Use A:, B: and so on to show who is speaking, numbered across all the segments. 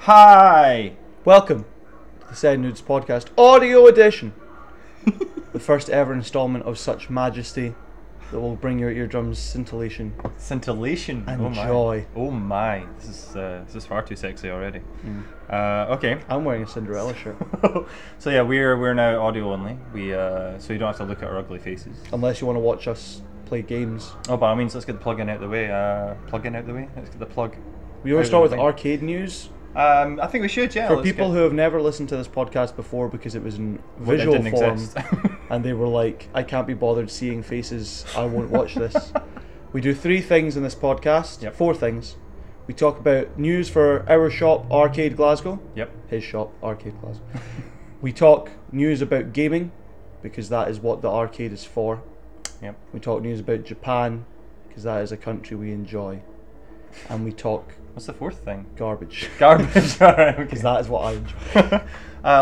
A: Hi!
B: Welcome to the Said Nudes Podcast, audio edition. the first ever installment of such majesty that will bring your eardrums scintillation.
A: Scintillation.
B: And
A: oh my.
B: joy.
A: Oh my. This is uh, this is far too sexy already.
B: Mm.
A: Uh, okay.
B: I'm wearing a Cinderella shirt.
A: so yeah, we're we're now audio only. We uh, so you don't have to look at our ugly faces.
B: Unless you want to watch us play games.
A: Oh, by all means, let's get the plug in out the way. Uh, plug in out the way. Let's get the plug.
B: We always
A: Out
B: start
A: of
B: with
A: the way.
B: arcade news.
A: Um, I think we should. Yeah.
B: For
A: let's
B: people
A: get-
B: who have never listened to this podcast before because it was in
A: Well, it
B: visual
A: didn't
B: form
A: exist.
B: and they were like, I can't be bothered seeing faces, I won't watch this. we do three things in this podcast,
A: Yep.
B: four things. We talk about news for our shop, Arcade Glasgow.
A: Yep.
B: his shop, Arcade Plaza. we talk news about gaming, because that is what the arcade is for.
A: Yep.
B: We talk news about Japan, because that is a country we enjoy. And we talk
A: What's the fourth thing?
B: garbage.
A: Garbage. all right. Okay.
B: Because that is what I enjoy.
A: uh,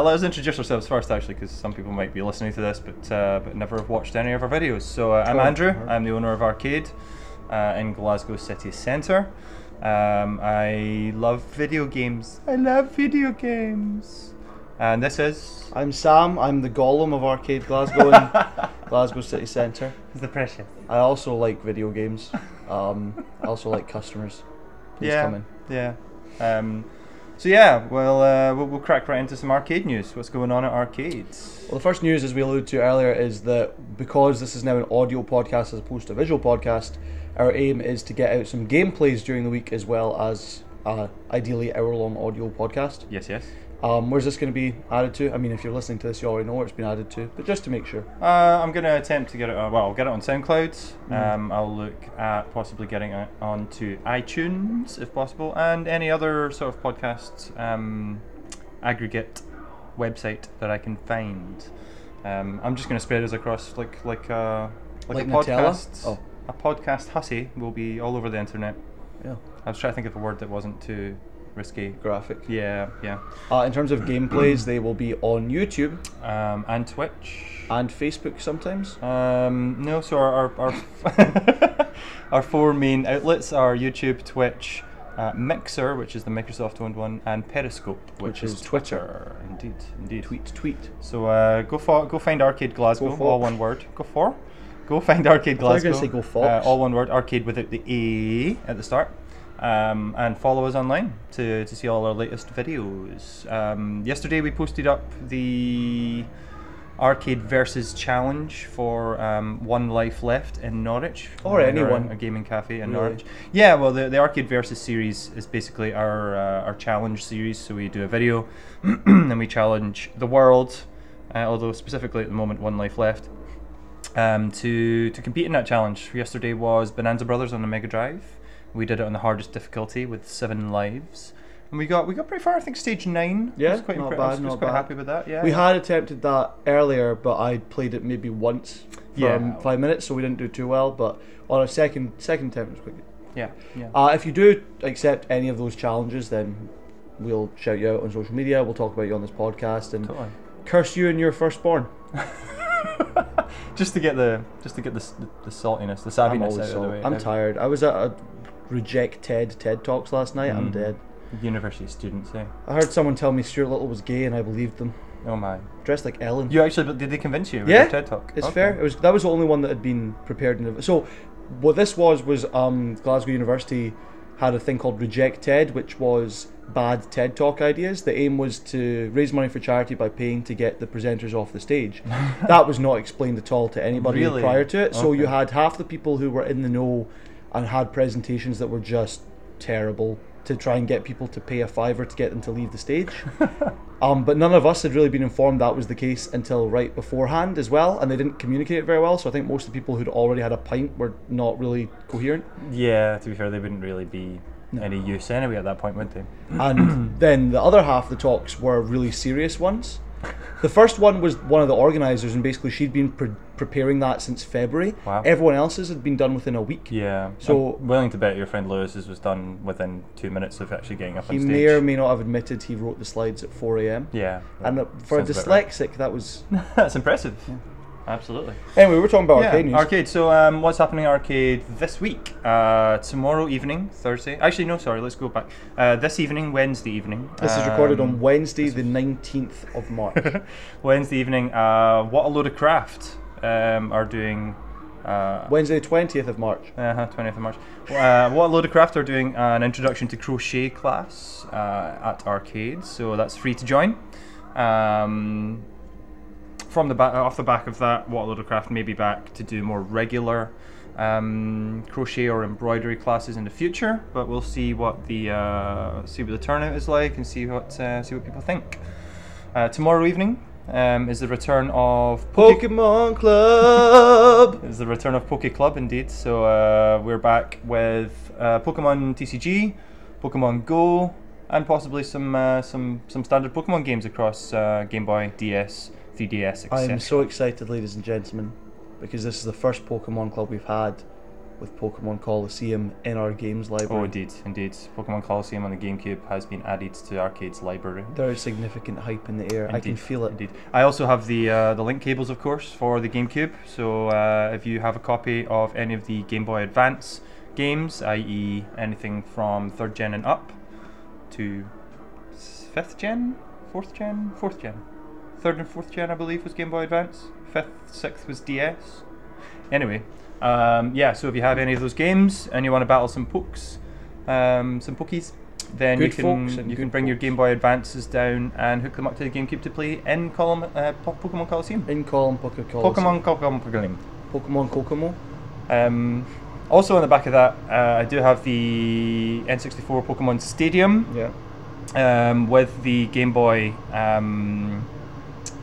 A: let us introduce ourselves first, actually, because some people might be listening to this but uh, but never have watched any of our videos. So uh, I'm
B: Oh,
A: Andrew.
B: alright.
A: I'm the owner of Arcade uh, in Glasgow City Centre. Um, I love video games. I love video games. And this is
B: I'm Sam, I'm the Gollum of Arcade Glasgow in Glasgow City Centre.
A: the precious.
B: I also like video games. Um, I also like customers. Please
A: yeah.
B: come in.
A: Yeah. Um, so yeah, well, uh, we'll we'll crack right into some arcade news. What's going on at arcades?
B: Well, the first news, as we alluded to earlier, is that because this is now an audio podcast as opposed to a visual podcast, our aim is to get out some gameplays during the week as well as uh, ideally hour long audio podcast.
A: Yes, yes.
B: Um, where's this going to be added to? I mean, if you're listening to this, you already know where it's been added to, but just to make sure.
A: Uh, I'm going to attempt to get it. Uh, well, I'll get it on SoundCloud.
B: Mm.
A: Um, I'll look at possibly getting it onto iTunes if possible, and any other sort of podcast um, aggregate website that I can find. Um, I'm just going to spread us across like like uh, like,
B: Like
A: a
B: Nutella?
A: podcast.
B: Oh.
A: A podcast hussy will be all over the internet.
B: Yeah.
A: I was trying to think of a word that wasn't too risky.
B: Graphic.
A: Yeah, yeah.
B: Uh, in terms of gameplays, they will be on YouTube
A: Um, and Twitch.
B: and Facebook sometimes.
A: Um, no, so our our, our, our four main outlets are YouTube, Twitch, uh, Mixer, which is the Microsoft-owned one, and Periscope, which,
B: Which
A: is,
B: is
A: Twitter. Indeed, indeed.
B: Tweet, tweet.
A: So uh, go for go find Arcade Glasgow,
B: Go for.
A: all one word. Go for. Go find Arcade
B: thought you
A: Glasgow.
B: were gonna say go
A: uh,
B: Fox.
A: all one word. Arcade without the a at the start. Um, and follow us online to, to see all our latest videos. Um, yesterday we posted up the arcade versus challenge for um, one life left in Norwich.
B: Or
A: Uh,
B: anyone.
A: a gaming cafe in
B: Really.
A: Norwich. Yeah, well, the, the Arcade Versus series is basically our uh, our challenge series. So we do a video, and we challenge the world, uh, although specifically at the moment, one life left, um, to to compete in that challenge. Yesterday was Bonanza Brothers on the Mega Drive. We did it on the hardest difficulty with seven lives, and we got we got pretty far. I think stage nine. I
B: Yeah,
A: was quite
B: not
A: impre-
B: bad,
A: I was, I was
B: not
A: quite
B: bad.
A: happy with that. Yeah,
B: We had attempted that earlier, but I played it maybe once for
A: Yeah.
B: um, five minutes, so we didn't do too well. But on our second second attempt, it was quite good.
A: yeah, yeah.
B: Uh, if you do accept any of those challenges, then we'll shout you out on social media. We'll talk about you on this podcast and
A: Totally.
B: curse you and your firstborn.
A: just to get the just to get the s- the, the saltiness, the savviness out
B: I'm always
A: of the
B: so.
A: way.
B: I'm
A: Uh,
B: tired. I was at a reject TED TED talks last night. I'm
A: Mm.
B: dead.
A: University students, eh?
B: I heard someone tell me Stuart Little was gay, and I believed them.
A: Oh my!
B: Dressed like Ellen.
A: You actually but did they convince you? With
B: Yeah,
A: your TED talk.
B: It's
A: Okay.
B: fair. It was that was the only one that had been prepared. In, so, what this was was um, Glasgow University had a thing called Reject TED, which was bad TED Talk ideas. The aim was to raise money for charity by paying to get the presenters off the stage. that was not explained at all to anybody
A: Really?
B: prior to it. So you
A: Okay.
B: had half the people who were in the know and had presentations that were just terrible to try and get people to pay a fiver to get them to leave the stage. Um, but none of us had really been informed that was the case until right beforehand as well, and they didn't communicate it very well. So I think most of the people who'd already had a pint were not really coherent.
A: Yeah, to be fair, they wouldn't really be any use anyway at that point, would they?
B: And then the other half of the talks were really serious ones. The first one was one of the organisers, and basically she'd been pre- preparing that since February.
A: Wow.
B: Everyone else's had been done within a week.
A: Yeah.
B: So-
A: I'm willing to bet your friend Lewis's was done within two minutes of actually getting up
B: He
A: on stage.
B: may or may not have admitted he wrote the slides at 4 a.m.
A: yeah.
B: And
A: that
B: uh, for a
A: sounds about right.
B: dyslexic, that was
A: that's impressive. Absolutely.
B: Anyway, we're talking about
A: Yeah,
B: arcade news.
A: arcade. So, um, what's happening at arcade this week? Uh, tomorrow evening, Thursday. Actually, no, sorry. Let's go back. Uh, this evening, Wednesday evening.
B: This is recorded on
A: um,
B: Wednesday, the 19th of March.
A: Wednesday evening. Uh, what a load of craft um, are doing. Uh,
B: Wednesday, the 20th of March.
A: uh-huh, 20th of March. Uh, what a load of craft are doing uh, an introduction to crochet class uh, at arcades. So that's free to join. Um, from the back, off the back of that, what a load of craft may be back to do more regular um, crochet or embroidery classes in the future. But we'll see what the uh, see what the turnout is like and see what uh, see what people think. Uh, tomorrow evening um, is the return of Poke-
B: Pokemon Club!
A: it's the return of Poke Club, indeed. So uh, we're back with uh, Pokemon TCG, Pokemon Go, and possibly some uh, some some standard Pokemon games across uh, Game Boy, DS, 3DS, etc.
B: I'm so excited, ladies and gentlemen, because this is the first Pokemon Club we've had with Pokemon Coliseum in our games
A: Oh,
B: library.
A: indeed, indeed. Pokemon Coliseum on the GameCube has been added to Arcade's library.
B: There is significant hype in the air. I can
A: Indeed,
B: feel it.
A: Indeed. I also have the uh, the link cables, of course, for the GameCube. So uh, if you have a copy of any of the Game Boy Advance games, i.e., anything from third gen and up to s- fifth gen, fourth gen, fourth gen, third and fourth gen, I believe, was Game Boy Advance. Fifth, sixth was DS. Anyway, um, yeah. So if you have any of those games and you want to battle some pokes, um, some pokies, then
B: Good
A: you can
B: folks and
A: you
B: good
A: can bring your
B: folks.
A: Game Boy Advances down and hook them up to the GameCube to play in column uh, Po- Pokemon Coliseum.
B: In column, Pokemon Coliseum.
A: Pokemon Pokemon Pokemon.
B: Pokemon Kokomo.
A: Um, also on the back of that, uh, I do have the N64 Pokemon Stadium
B: Yeah.
A: um, with the Game Boy um,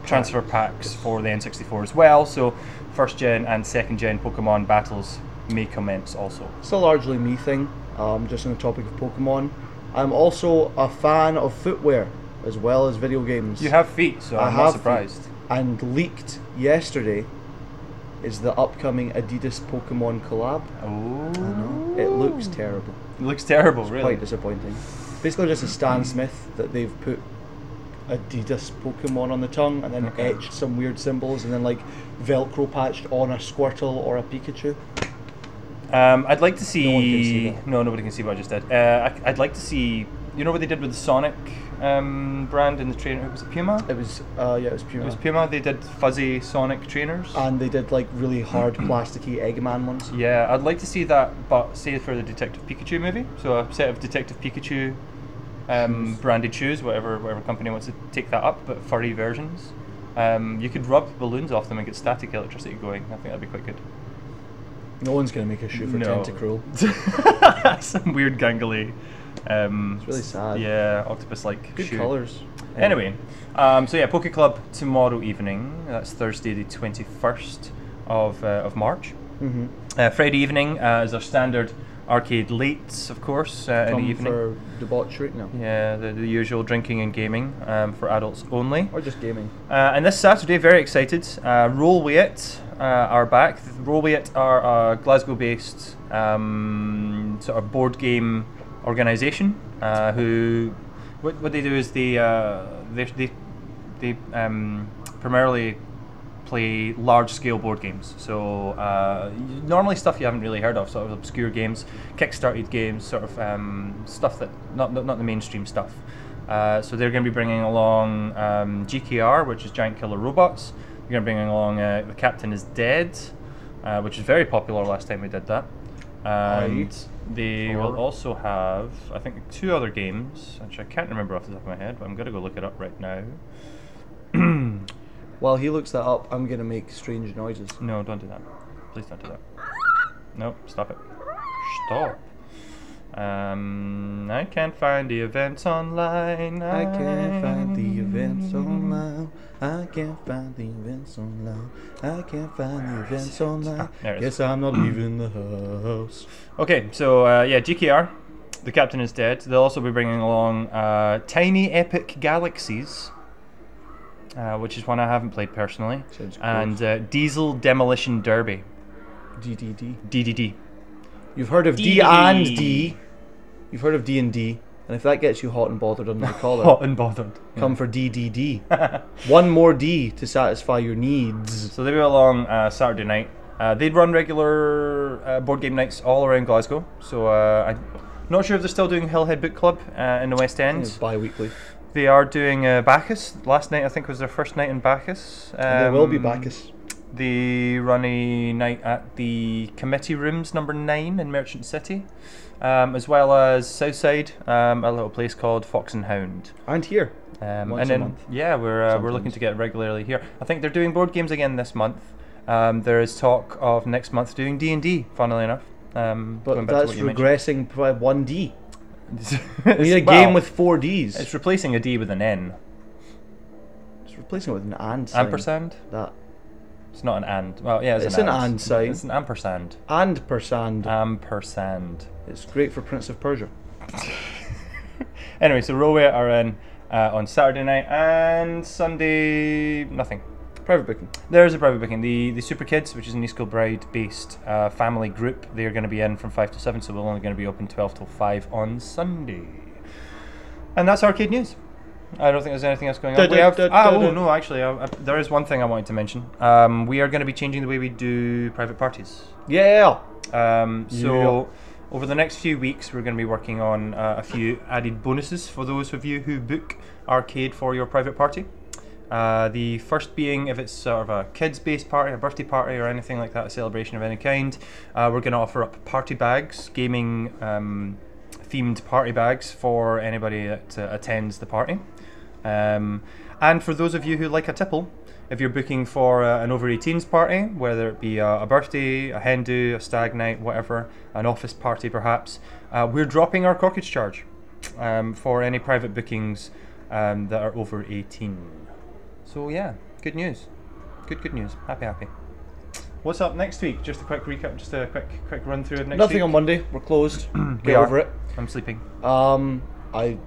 A: transfer packs for the N64 as well. So, first gen and second gen Pokemon battles may commence also.
B: It's a largely me thing, um, just on the topic of Pokemon. I'm also a fan of footwear as well as video games.
A: You have feet, so
B: I
A: I'm
B: have
A: not
B: feet.
A: surprised.
B: And leaked yesterday is the upcoming Adidas Pokemon collab.
A: Oh,
B: I know. It looks terrible.
A: looks terrible, really. Mm.
B: Quite disappointing. Basically, just a Stan Smith that they've put Adidas Pokemon on the tongue and then
A: Okay.
B: etched some weird symbols and then like Velcro patched on a Squirtle or a Pikachu.
A: Um, I'd like to see.
B: No one can see that.
A: No, nobody can see what I just did. Uh, I, I'd like to see. You know what they did with the Sonic um, brand in the trainer? Was it Puma?
B: It was uh, yeah, it was Puma.
A: It was Puma. They did fuzzy Sonic trainers.
B: and they did like really hard plasticky Eggman ones.
A: yeah, I'd like to see that, but say for the Detective Pikachu movie. So a set of Detective Pikachu um,
B: Shoes.
A: branded shoes, whatever whatever company wants to take that up, but furry versions. Um, you could rub balloons off them and get static electricity going. I think that'd be quite good.
B: No one's gonna make a shoe for Tentacruel.
A: Some weird gangly. Um,
B: It's really sad.
A: Yeah, octopus like.
B: Good colours.
A: Anyway, um, so yeah, Poke Club tomorrow evening. That's Thursday, the 21st of, uh, of March.
B: hmm
A: Uh, Friday evening uh, is our standard arcade lates, of course, uh, in
B: Come
A: the evening.
B: for debauchery now,
A: Yeah, the, the usual drinking and gaming um, for adults only.
B: or just gaming.
A: Uh, and this Saturday, very excited. Uh, Roll Wait uh, are back. Th- Roll Wait are a Glasgow-based um, sort of board game organisation. Uh, who, what, what they do is they uh, they they, they um, primarily play large-scale board games. So uh, y- normally stuff you haven't really heard of, sort of obscure games, kickstarted games, sort of um, stuff that not not, not the mainstream stuff. Uh, so they're going to be bringing along um, GKR, which is Giant Killer Robots. They're going to be bringing along uh, The Captain Is Dead, uh, which is very popular last time we did that. And they will
B: Or-
A: also have, I think, two other games, which I can't remember off the top of my head, but I'm going to go look it up right now.
B: While he looks that up, I'm gonna make strange noises.
A: No, don't do that. Please don't do that. No, stop it. Stop. Um, I can't find the events online.
B: I can't find the events online. I can't find the events online. I can't find the events online.
A: Ah, there it is.
B: Guess I'm not leaving the house.
A: Okay, so uh, yeah, GKR, the captain is dead. They'll also be bringing along uh, Tiny Epic Galaxies, uh, which is one I haven't played personally,
B: Sounds
A: and uh, Diesel Demolition Derby,
B: DDD.
A: DDD.
B: You've heard of D,
A: D.
B: and D. You've heard of D and D. And if that gets you hot and bothered under the collar,
A: Hot and bothered. Yeah.
B: come for DDD. One more D to satisfy your needs.
A: So they were along uh, Saturday night. Uh, they'd run regular uh, board game nights all around Glasgow. So uh, I'm not sure if they're still doing Hillhead Book Club uh, in the West End.
B: It's bi-weekly.
A: They are doing uh, Bacchus. Last night I think was their first night in Bacchus. Um,
B: And there will be Bacchus.
A: They run a night at the committee rooms number nine in Merchant City, um, as well as Southside, um, a little place called Fox and Hound.
B: And here.
A: Um, and
B: Once a
A: then,
B: month,
A: yeah, we're uh, we're looking
B: sometimes.
A: to get regularly here. I think they're doing board games again this month. Um, there is talk of next month doing D and D. Funnily enough, um,
B: But
A: going back to
B: that's
A: what you mentioned.
B: regressing by one D.
A: It's-
B: We need a
A: well,
B: game with four Ds.
A: It's replacing a D with an N.
B: It's replacing it with an and sign.
A: Ampersand.
B: That.
A: It's not an and. Well, yeah, it's,
B: It's
A: an,
B: an and sign.
A: It's an ampersand.
B: And persand.
A: Ampersand.
B: It's great for Prince of Persia.
A: Anyway, so Roway are in uh, on Saturday night and Sunday. Nothing.
B: Private booking.
A: There is a private booking. The the Super Kids, which is an East Kilbride based uh, family group, they are going to be in from five to seven, so we're only going to be open twelve till five on Sunday. And that's arcade news. I don't think there's anything else going on.
B: Da-da,
A: We have,
B: da-da,
A: ah, oh
B: da-da.
A: no, actually, I, I, there is one thing I wanted to mention. Um, we are going to be changing the way we do private parties.
B: Yeah.
A: Um, so,
B: Yeah.
A: over the next few weeks, we're going to be working on uh, a few added bonuses for those of you who book arcade for your private party. Uh, the first being if it's sort of a kids based party, a birthday party, or anything like that, a celebration of any kind, uh, we're going to offer up party bags, gaming um, themed party bags for anybody that uh, attends the party. Um, and for those of you who like a tipple, if you're booking for uh, an over 18s party, whether it be uh, a birthday, a hen do, a stag night, whatever, an office party perhaps, uh, we're dropping our corkage charge um, for any private bookings um, that are over 18. So yeah, good news. Good, good news. Happy, happy. What's up next week? Just a quick recap, just a quick, quick run through of next
B: Nothing
A: week.
B: on Monday. We're closed. Get
A: We are.
B: over it.
A: I'm sleeping.
B: Um, I,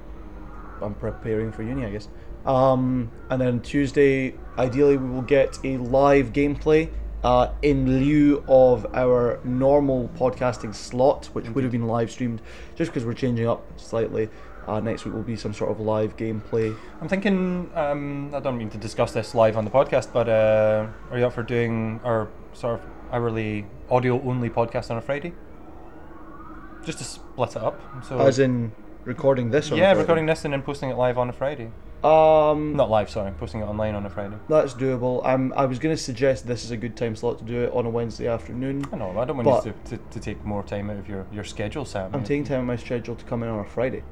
B: I'm preparing for uni, I guess. Um, and then Tuesday, ideally, we will get a live gameplay uh, in lieu of our normal podcasting slot, which would have been live streamed, just because we're changing up slightly. Uh, next week will be some sort of live gameplay.
A: I'm thinking. Um, I don't mean to discuss this live on the podcast, but uh, are you up for doing our sort of hourly audio only podcast on a Friday? Just to split it up. So
B: As in recording this. on
A: Oh. yeah,
B: Friday.
A: recording this and then posting it live on a Friday.
B: Um,
A: Not live, sorry. Posting it online on a Friday.
B: that's doable. I'm, I was going to suggest this is a good time slot to do it on a Wednesday afternoon.
A: I know. I don't want you
B: But-
A: to, to, to take more time out of your, your schedule, Sam.
B: I'm taking time on my schedule to come in on a Friday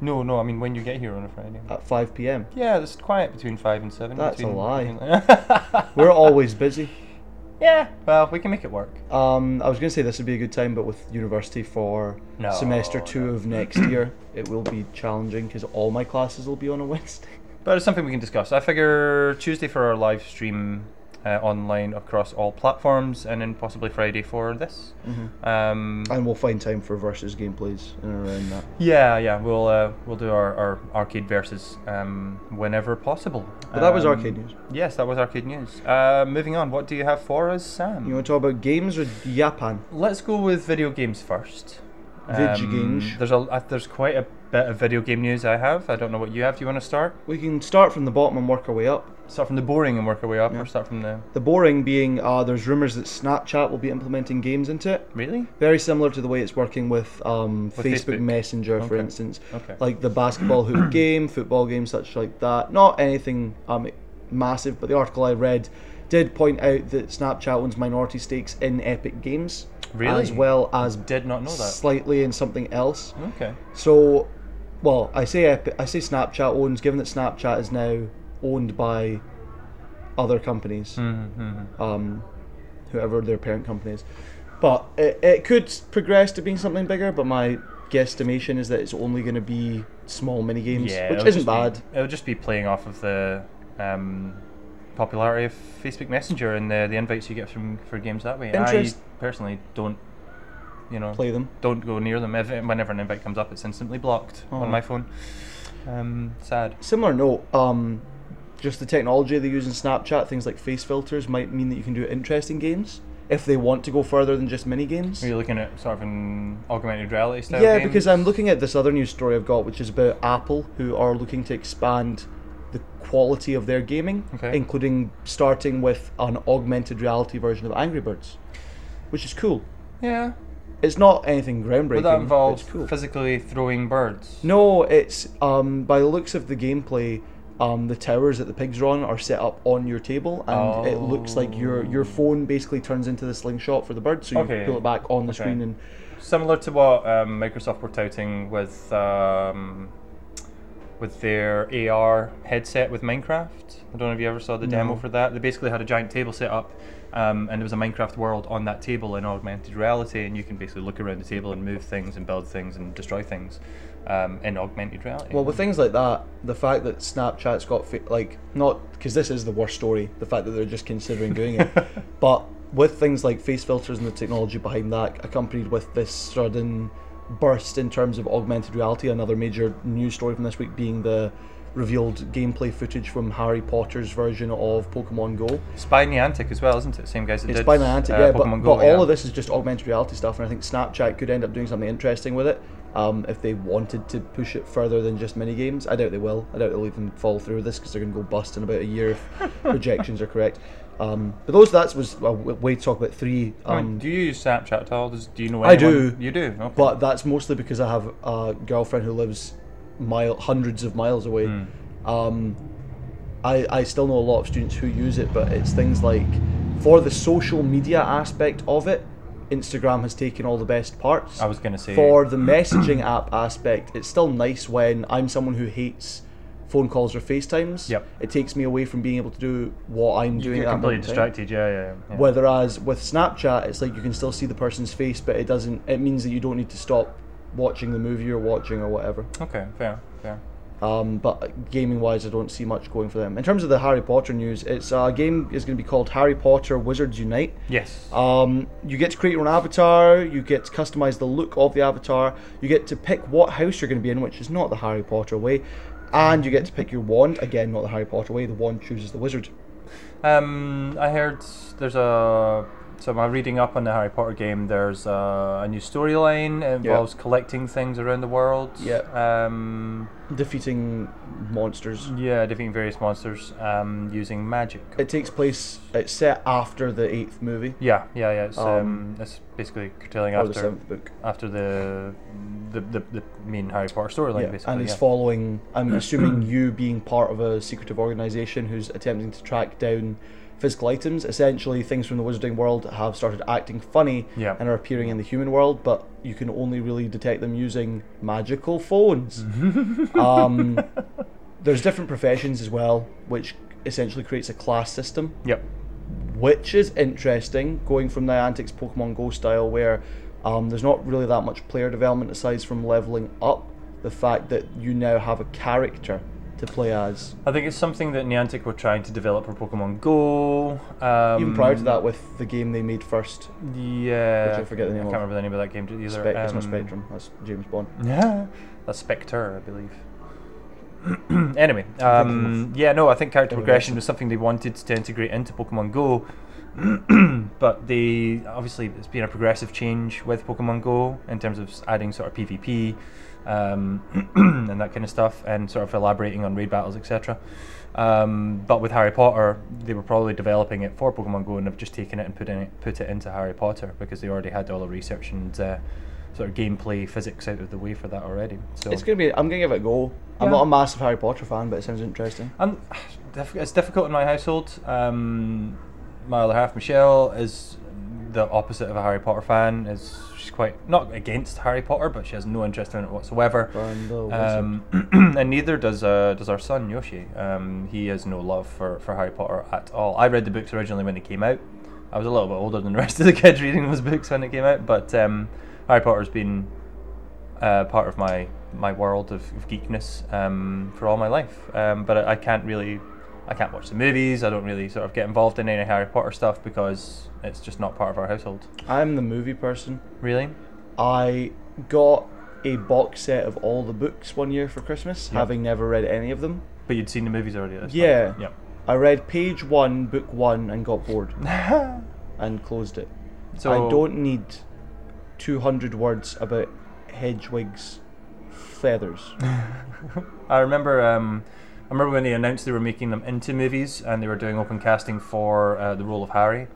A: No, no. I mean when you get here on a Friday.
B: at 5 p.m.
A: yeah, it's quiet between five and seven.
B: That's a
A: between-
B: lie.
A: between-
B: We're always busy.
A: yeah. Well, we can make it work.
B: Um, I was going to say this would be a good time, but with university for
A: No,
B: semester two
A: no.
B: of next year, it will be challenging because all my classes will be on a Wednesday.
A: But it's something we can discuss. I figure Tuesday for our live stream uh, online across all platforms, and then possibly Friday for this.
B: Mm-hmm.
A: Um,
B: And we'll find time for versus gameplays in and around that.
A: yeah, yeah, we'll uh, we'll do our, our arcade versus um, whenever possible.
B: But that was
A: Um,
B: arcade news.
A: Yes, that was arcade news. Uh, moving on, what do you have for us, Sam?
B: You want to talk about games or Japan?
A: Let's go with video games first.
B: Video games.
A: There's a uh, there's quite a bit of video game news I have. I don't know what you have. Do you want to start?
B: We can start from the bottom and work our way up.
A: Start from the boring and work our way up, or start from the
B: The boring being uh, there's rumours that Snapchat will be implementing games into it.
A: really.
B: Very similar to the way it's working with, um, Facebook,
A: Facebook.
B: Messenger, for
A: Okay.
B: instance.
A: Okay.
B: Like the basketball hoop game, football game, such like that. Not anything um, massive, but the article I read did point out that Snapchat owns minority stakes in Epic Games.
A: Really?
B: As well as
A: Did not know that.
B: slightly in something else.
A: Okay.
B: So, well, I say Epic, I say Snapchat owns, given that Snapchat is now owned by other companies, um, whoever their parent company is. But it, it could progress to being something bigger. But my guesstimation is that it's only going to be small mini games,
A: Yeah,
B: which
A: it'll
B: isn't
A: just
B: bad.
A: be- it'll just be playing off of the um, popularity of Facebook Messenger and the, the invites you get from for games that way.
B: Interest-
A: I personally don't, you know,
B: Play them.
A: don't go near them. If, whenever an invite comes up, it's instantly blocked
B: Oh.
A: on my phone. Um, sad.
B: Similar note, um, just the technology they use in Snapchat, things like face filters, might mean that you can do interesting games. if they want to go further than just mini games.
A: Are you looking at sort of an augmented reality style?
B: Yeah,
A: game?
B: because I'm looking at this other news story I've got, which is about Apple, who are looking to expand the quality of their gaming,
A: Okay.
B: including starting with an augmented reality version of Angry Birds, which is cool.
A: Yeah.
B: It's not anything groundbreaking.
A: Would that
B: but
A: involve
B: it's cool.
A: physically throwing birds?
B: No, it's um, by the looks of the gameplay, um, the towers that the pigs are on are set up on your table, and it looks like your your phone basically turns into the slingshot for the bird, so you
A: Oh. Okay.
B: pull it back on the
A: Okay.
B: screen and
A: Similar to what um, Microsoft were touting with um, with their AR headset with Minecraft. I don't know if you ever saw the demo
B: No.
A: for that. They basically had a giant table set up, um, and there was a Minecraft world on that table in augmented reality, and you can basically look around the table and move things and build things and destroy things um, in augmented reality.
B: Well, with things like that, the fact that Snapchat's got fa- like not because this is the worst story, the fact that they're just considering doing it, but with things like face filters and the technology behind that, accompanied with this sudden burst in terms of augmented reality, another major news story from this week being the revealed gameplay footage from Harry Potter's version of Pokemon Go.
A: it's by Niantic as well, isn't it? Same guys that
B: It's
A: did
B: by Niantic,
A: uh,
B: yeah, but,
A: Pokemon
B: but
A: Go.
B: all of this is just augmented reality stuff, and I think Snapchat could end up doing something interesting with it um, if they wanted to push it further than just mini games. I doubt they will. I doubt they'll even follow through with this because they're going to go bust in about a year if projections are correct. Um, but those that was a w- way to talk about three.
A: I
B: Um,
A: mean, do you use Snapchat at all? Does, do you know
B: I
A: anyone?
B: do,
A: You do? Okay.
B: but that's mostly because I have a girlfriend who lives mile hundreds of miles away.
A: Hmm.
B: Um, I I still know a lot of students who use it, but it's things like for the social media aspect of it, Instagram has taken all the best parts.
A: I was going to say.
B: For the messaging app aspect, it's still nice when I'm someone who hates phone calls or FaceTimes.
A: Yep.
B: It takes me away from being able to do what I'm doing.
A: you're
B: at that
A: completely
B: moment in time.
A: distracted, yeah, yeah, yeah.
B: Whereas with Snapchat, it's like you can still see the person's face, but it doesn't. It means that you don't need to stop watching the movie you're watching or whatever.
A: Okay, fair, fair.
B: Um, but gaming wise, I don't see much going for them. In terms of the Harry Potter news, it's uh, a game is going to be called Harry Potter Wizards Unite.
A: Yes.
B: Um, you get to create your own avatar. You get to customize the look of the avatar. You get to pick what house you're going to be in, which is not the Harry Potter way. And you get to pick your wand. Again, not the Harry Potter way. The wand chooses the wizard.
A: Um, I heard there's a. So I'm reading up on the Harry Potter game. There's a, a new storyline. It
B: Yeah.
A: involves collecting things around the world.
B: Yeah.
A: Um,
B: Defeating monsters.
A: yeah, defeating various monsters um, using magic.
B: It takes place. It's set after the eighth movie
A: yeah, yeah, yeah. It's, um,
B: Um,
A: it's basically curtailing
B: or the
A: after
B: seventh book.
A: after the the, the the main Harry Potter storyline,
B: Yeah,
A: basically.
B: and he's
A: yeah.
B: following. I'm assuming you being part of a secretive organization who's attempting to track down physical items. Essentially, things from the wizarding world have started acting funny
A: Yeah.
B: and are appearing in the human world, but you can only really detect them using magical phones. um, there's different professions as well, which essentially creates a class system.
A: Yep.
B: which is interesting, going from Niantic's Pokemon Go style, where um, there's not really that much player development aside from leveling up. The fact that you now have a character to play as,
A: I think it's something that Niantic were trying to develop for Pokemon Go. Um,
B: even prior to that, with the game they made first,
A: Yeah.
B: Which I forget the name
A: I
B: of.
A: can't remember the name of that game either.
B: Spe- it's not
A: Um,
B: Spectrum, that's James Bond.
A: Yeah, that's Spectre, I believe. anyway, um, yeah, no, I think character
B: Anyway,
A: progression
B: that's-
A: was something they wanted to integrate into Pokemon Go, but they obviously it's been a progressive change with Pokemon Go in terms of s- adding sort of PvP um, and that kind of stuff, and sort of elaborating on raid battles, etc. Um, but with Harry Potter, they were probably developing it for Pokemon Go and have just taken it and put in it, put it into Harry Potter because they already had all the research and uh, sort of gameplay physics out of the way for that already. So
B: It's gonna be. I'm gonna give it a go. I'm
A: Yeah.
B: not a massive Harry Potter fan, but it sounds interesting.
A: Um, diff- it's difficult in my household. Um, my other half, Michelle, is the opposite of a Harry Potter fan. Is she's quite not against Harry Potter, but she has no interest in it whatsoever.
B: Burn the
A: Um, and neither does uh, does our son Yoshi. Um, he has no love for, for Harry Potter at all. I read the books originally when they came out. I was a little bit older than the rest of the kids reading those books when it came out, but um, Harry Potter's been uh, part of my my world of, of geekness um, for all my life. Um, but I, I can't really, I can't watch the movies. I don't really sort of get involved in any Harry Potter stuff because it's just not part of our household.
B: I'm the movie person.
A: Really?
B: I got a box set of all the books one year for Christmas,
A: Yeah.
B: having never read any of them.
A: But you'd seen the movies already. at this point.
B: Yeah.
A: Yep.
B: I read page one, book one, and got bored and closed it.
A: So
B: I don't need 200 words about Hedwig's feathers.
A: I remember. Um, I remember when they announced they were making them into movies and they were doing open casting for uh, the role of Harry.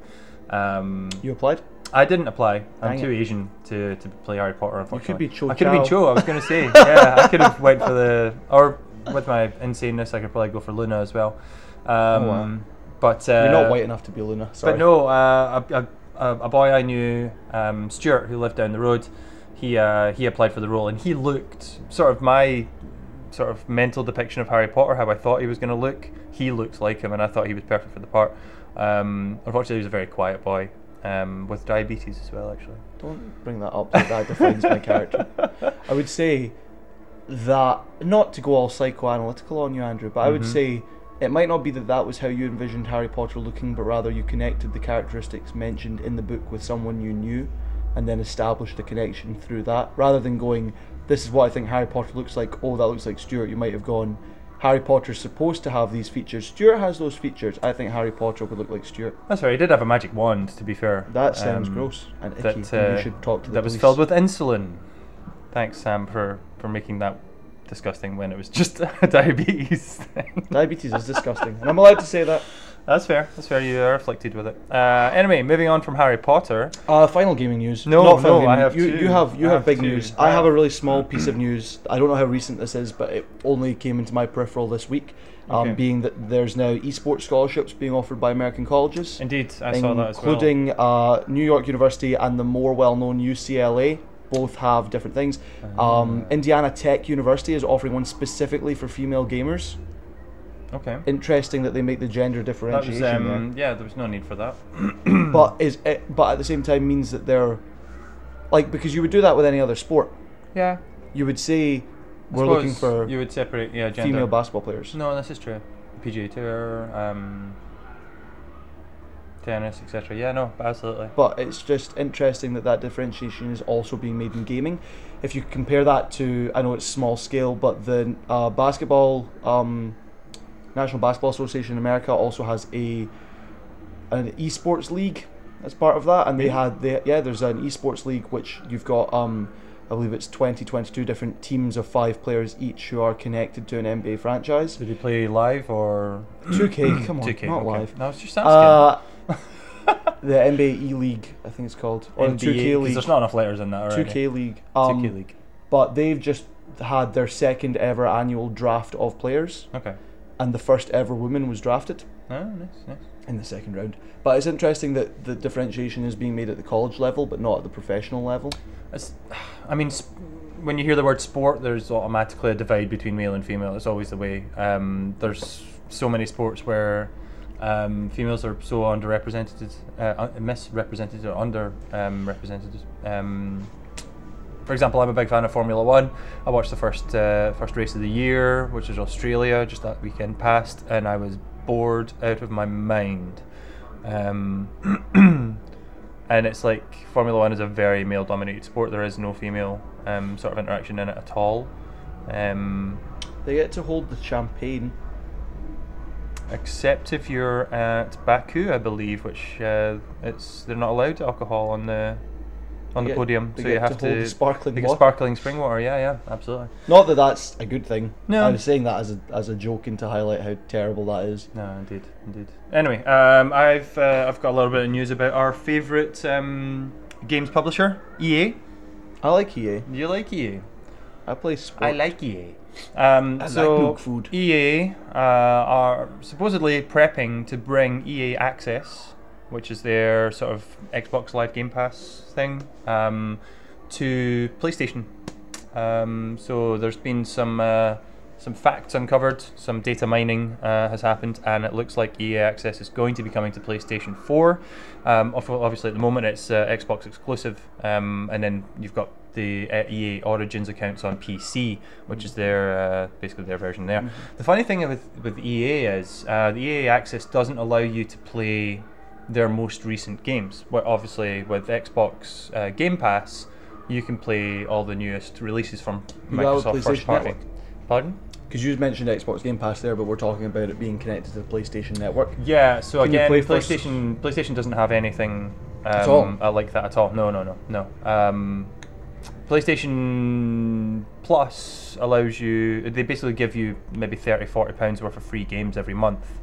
A: Um,
B: You applied?
A: I didn't apply. I'm
B: Dang it.
A: too Asian to, to play Harry Potter. Unfortunately,
B: be Cho
A: I could have been
B: Chow.
A: Cho. I was going to say, yeah, I could have went for the or with my insaneness, I could probably go for Luna as well. Um,
B: Oh, wow.
A: But uh,
B: You're not white enough to be Luna. Sorry.
A: but no, uh, a, a- a, a boy I knew, um, Stuart, who lived down the road, he uh, he applied for the role, and he looked sort of my sort of mental depiction of Harry Potter, how I thought he was going to look. He looked like him, and I thought he was perfect for the part. Um, unfortunately, he was a very quiet boy um, with diabetes as well, actually.
B: Don't bring that up. That, that defines my character. I would say that not to go all psychoanalytical on you, Andrew, but I would
A: Mhm.
B: say it might not be that that was how you envisioned Harry Potter looking, but rather you connected the characteristics mentioned in the book with someone you knew, and then established a connection through that, rather than going, "This is what I think Harry Potter looks like." Oh, that looks like Stuart. You might have gone. Harry Potter's supposed to have these features. Stuart has those features. I think Harry Potter would look like Stuart.
A: That's right. He did have a magic wand, to be fair.
B: That sounds
A: um,
B: gross and icky.
A: That,
B: and
A: uh,
B: you should talk to the
A: that was
B: police.
A: filled with insulin. Thanks, Sam, for, for making that disgusting when it was just a diabetes thing.
B: Diabetes is disgusting, and I'm allowed to say that.
A: That's fair. That's fair. You are afflicted with it. Uh, anyway, moving on from Harry Potter.
B: Uh, final gaming news.
A: No,
B: Not final
A: no, I
B: gaming.
A: have
B: you,
A: two.
B: you have you
A: I
B: have,
A: have
B: big
A: two.
B: news.
A: I
B: I have
A: have-
B: a really small piece of news. I don't know how recent this is, but it only came into my peripheral this week, um,
A: Okay.
B: being that there's now esports scholarships being offered by American colleges,
A: Indeed, I saw that as well.
B: including uh, New York University and the more well-known UCLA. Both have different things.
A: Uh.
B: Um, Indiana Tech University is offering one specifically for female gamers.
A: Okay.
B: Interesting that they make the gender
A: That was,
B: differentiation. there.
A: um, yeah, there was no need for that. Hmm.
B: but is it, but at the same time means that they're like because you would do that with any other sport.
A: Yeah.
B: You would say
A: I
B: we're looking
A: suppose
B: for
A: You would separate, yeah, gender.
B: female basketball players.
A: No, this is true. PGA Tour, um, tennis, etc. Yeah, no, absolutely.
B: But it's just interesting that that differentiation is also being made in gaming. If you compare that to, I know it's small scale, but the uh, basketball um, National Basketball Association in America also has a an esports league as part of that, and they
A: Really?
B: had the yeah, there's an esports league which you've got um, I believe it's 20, 22 different teams of five players each who are connected to an NBA franchise.
A: Did he play live or
B: 2K, come on,
A: 2K?
B: not
A: okay.
B: live.
A: No, it's just asking.
B: Uh, the NBA E League, I think it's called, or the 2K League.
A: There's not enough letters in that already.
B: 2K League. Um,
A: 2K League.
B: But they've just had their second ever annual draft of players,
A: Okay.
B: and the first ever woman was drafted
A: Oh, nice, nice.
B: in the second round. But it's interesting that the differentiation is being made at the college level, but not at the professional level.
A: It's, I mean, sp- when you hear the word sport, there's automatically a divide between male and female. It's always the way. Um, there's so many sports where um, females are so underrepresented, uh, un- misrepresented, or underrepresented. Um, represented. um, for example, I'm a big fan of Formula One. I watched the first uh, first race of the year, which is Australia, just that weekend past, and I was bored out of my mind. Um, and it's like Formula One is a very male dominated sport. There is no female um, sort of interaction in it at all, um,
B: They get to hold the champagne.
A: except if you're at Baku, I believe, which uh, it's they're not allowed alcohol on the on
B: They
A: the
B: get-
A: podium,
B: they
A: so you
B: get to
A: have
B: hold the sparkling
A: they get
B: water.
A: sparkling spring water. Yeah, yeah, absolutely.
B: Not that that's a good thing.
A: No.
B: I was saying that as a, as a joke and to highlight how terrible that is.
A: No, indeed, indeed. Anyway, um, I've uh, I've got a little bit of news about our favourite um, games publisher, E EA.
B: I like EA.
A: Do you like E EA?
B: I play sport.
A: I like EA. Um,
B: I like
A: so
B: milk food.
A: EA uh, are supposedly prepping to bring EA Access, which is their sort of Xbox Live Game Pass thing, um, to PlayStation. Um, so there's been some uh, some facts uncovered, some data mining uh, has happened, and it looks like EA Access is going to be coming to PlayStation 4. Um, of- obviously, at the moment it's uh, Xbox exclusive, um, and then you've got the uh, EA Origins accounts on PC, which is their uh, basically their version there. The funny thing with with EA is uh, the EA Access doesn't allow you to play their most recent games. Well, obviously, with Xbox uh, Game Pass, you can play all the newest releases from
B: You allow
A: Microsoft
B: PlayStation
A: First Party.
B: Network?
A: Pardon?
B: Because you mentioned Xbox Game Pass there, but we're talking about it being connected to the PlayStation Network.
A: Yeah. So
B: Can you
A: again,
B: play first?
A: PlayStation PlayStation doesn't have anything um,
B: all?
A: I like that at all. No, no, no, no. Um, PlayStation Plus allows you. They basically give you maybe 30 40 pounds worth of free games every month,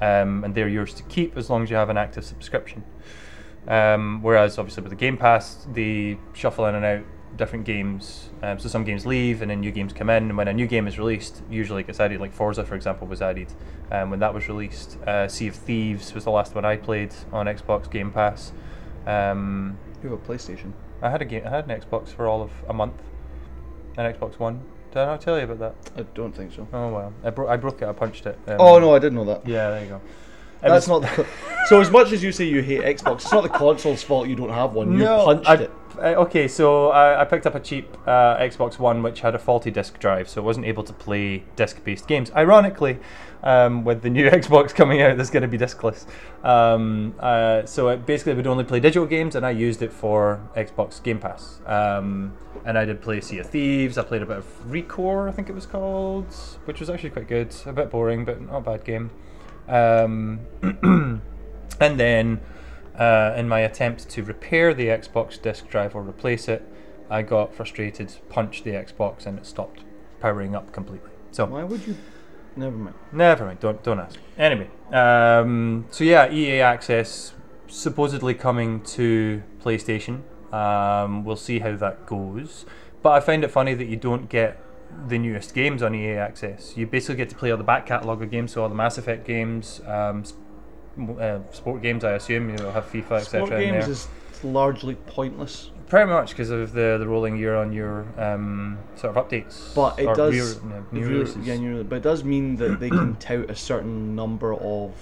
A: um, and they're yours to keep as long as you have an active subscription. Um, whereas obviously with the Game Pass, they shuffle in and out different games. Um, so some games leave and then new games come in. And when a new game is released, usually it gets added. Like Forza, for example, was added um, when that was released. Uh, sea of Thieves was the last one I played on Xbox Game Pass. Um,
B: You have a PlayStation.
A: I had a game. I had an Xbox for all of a month. An Xbox One. Did I not tell you about that?
B: I don't think so.
A: Oh well, I, bro- I broke it. I punched it. um,
B: Oh no, I didn't know that.
A: Yeah, there you go. It
B: That's
A: was-
B: not the. co- so as much as you say you hate Xbox, it's not the console's fault you don't have one. You punched
A: I,
B: it.
A: I- okay, so I, I picked up a cheap uh, Xbox One which had a faulty disc drive, so it wasn't able to play disc-based games. Ironically, um, with the new Xbox coming out, there's going to be discless. Um, uh, so it basically would only play digital games, and I used it for Xbox Game Pass. Um, and I did play Sea of Thieves. I played a bit of Recore, I think it was called, which was actually quite good. A bit boring, but not a bad game. Um, And then, uh, in my attempt to repair the Xbox disk drive or replace it, I got frustrated, punched the Xbox, and it stopped powering up completely. So
B: Why would you? Never mind.
A: never mind. Don't don't ask. Anyway, um, so yeah, EA Access supposedly coming to PlayStation. Um, we'll see how that goes. But I find it funny that you don't get the newest games on EA Access. You basically get to play all the back catalogue of games, so all the Mass Effect games, um, s- m- uh, sport games. I assume you'll have FIFA, etc.
B: Sport
A: in
B: games
A: there.
B: is largely pointless,
A: Pretty much because of the, the rolling year on your um, sort of updates.
B: but it
A: or
B: does.
A: re- no, new
B: re-
A: releases.
B: yeah, new release- but it does mean that they can tout a certain number of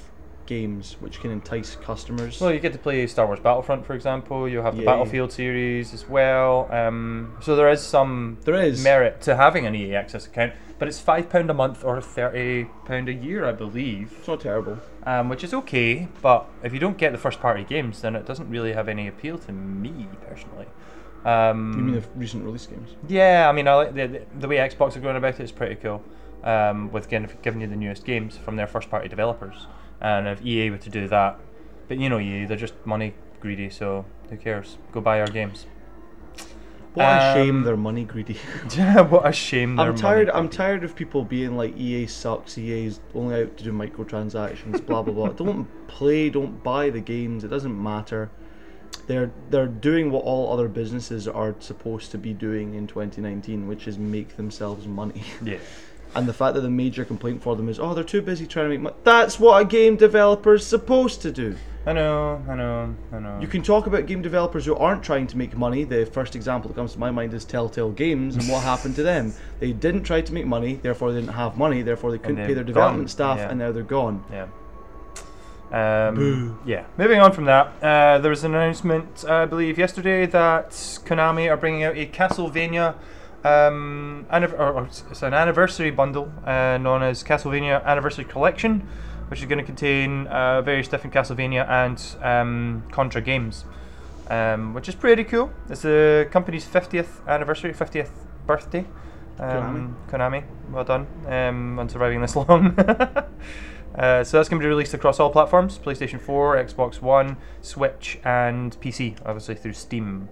B: games, which can entice customers.
A: Well, you get to play Star Wars Battlefront, for example. You have the
B: Yeah.
A: Battlefield series as well. Um, so there is some
B: There is.
A: merit to having an EA Access account, but it's five pound a month or thirty pound a year, I believe,
B: it's not terrible.
A: um, which is okay. But if you don't get the first party games, then it doesn't really have any appeal to me personally. Um,
B: You mean the recent release games?
A: yeah, I mean, I like the, the- the way Xbox are going about it is pretty cool. Um, with giving, giving you the newest games from their first-party developers, and if EA were to do that, but you know EA, they're just money greedy, so who cares? Go buy our games.
B: What a shame
A: Um,
B: they're money greedy.
A: what a shame.
B: I'm tired. I'm tired of people being like EA sucks. EA's only out to do microtransactions. blah blah blah. Don't play. Don't buy the games. It doesn't matter. They're they're doing what all other businesses are supposed to be doing in 2019, which is make themselves money.
A: Yeah.
B: And the fact that the major complaint for them is, oh, they're too busy trying to make money. That's what a game developer's supposed to do.
A: I know. I know. I know.
B: You can talk about game developers who aren't trying to make money. The first example that comes to my mind is Telltale Games and what happened to them. They didn't try to make money, therefore they didn't have money, therefore they couldn't pay
A: they're
B: their development
A: gone,
B: staff,
A: yeah.
B: and now they're gone.
A: Yeah. Um, yeah. Moving on from that, uh, there was an announcement, I believe, yesterday that Konami are bringing out a Castlevania. Um, anniv- or, or it's it's an anniversary bundle uh, known as Castlevania Anniversary Collection, which is going to contain uh, various different Castlevania and um, Contra games, um, which is pretty cool. It's the company's 50th anniversary, 50th birthday. Um, Konami. well done um, on surviving this long. uh, so that's going to be released across all platforms: PlayStation 4, Xbox One, Switch, and PC. Obviously through Steam.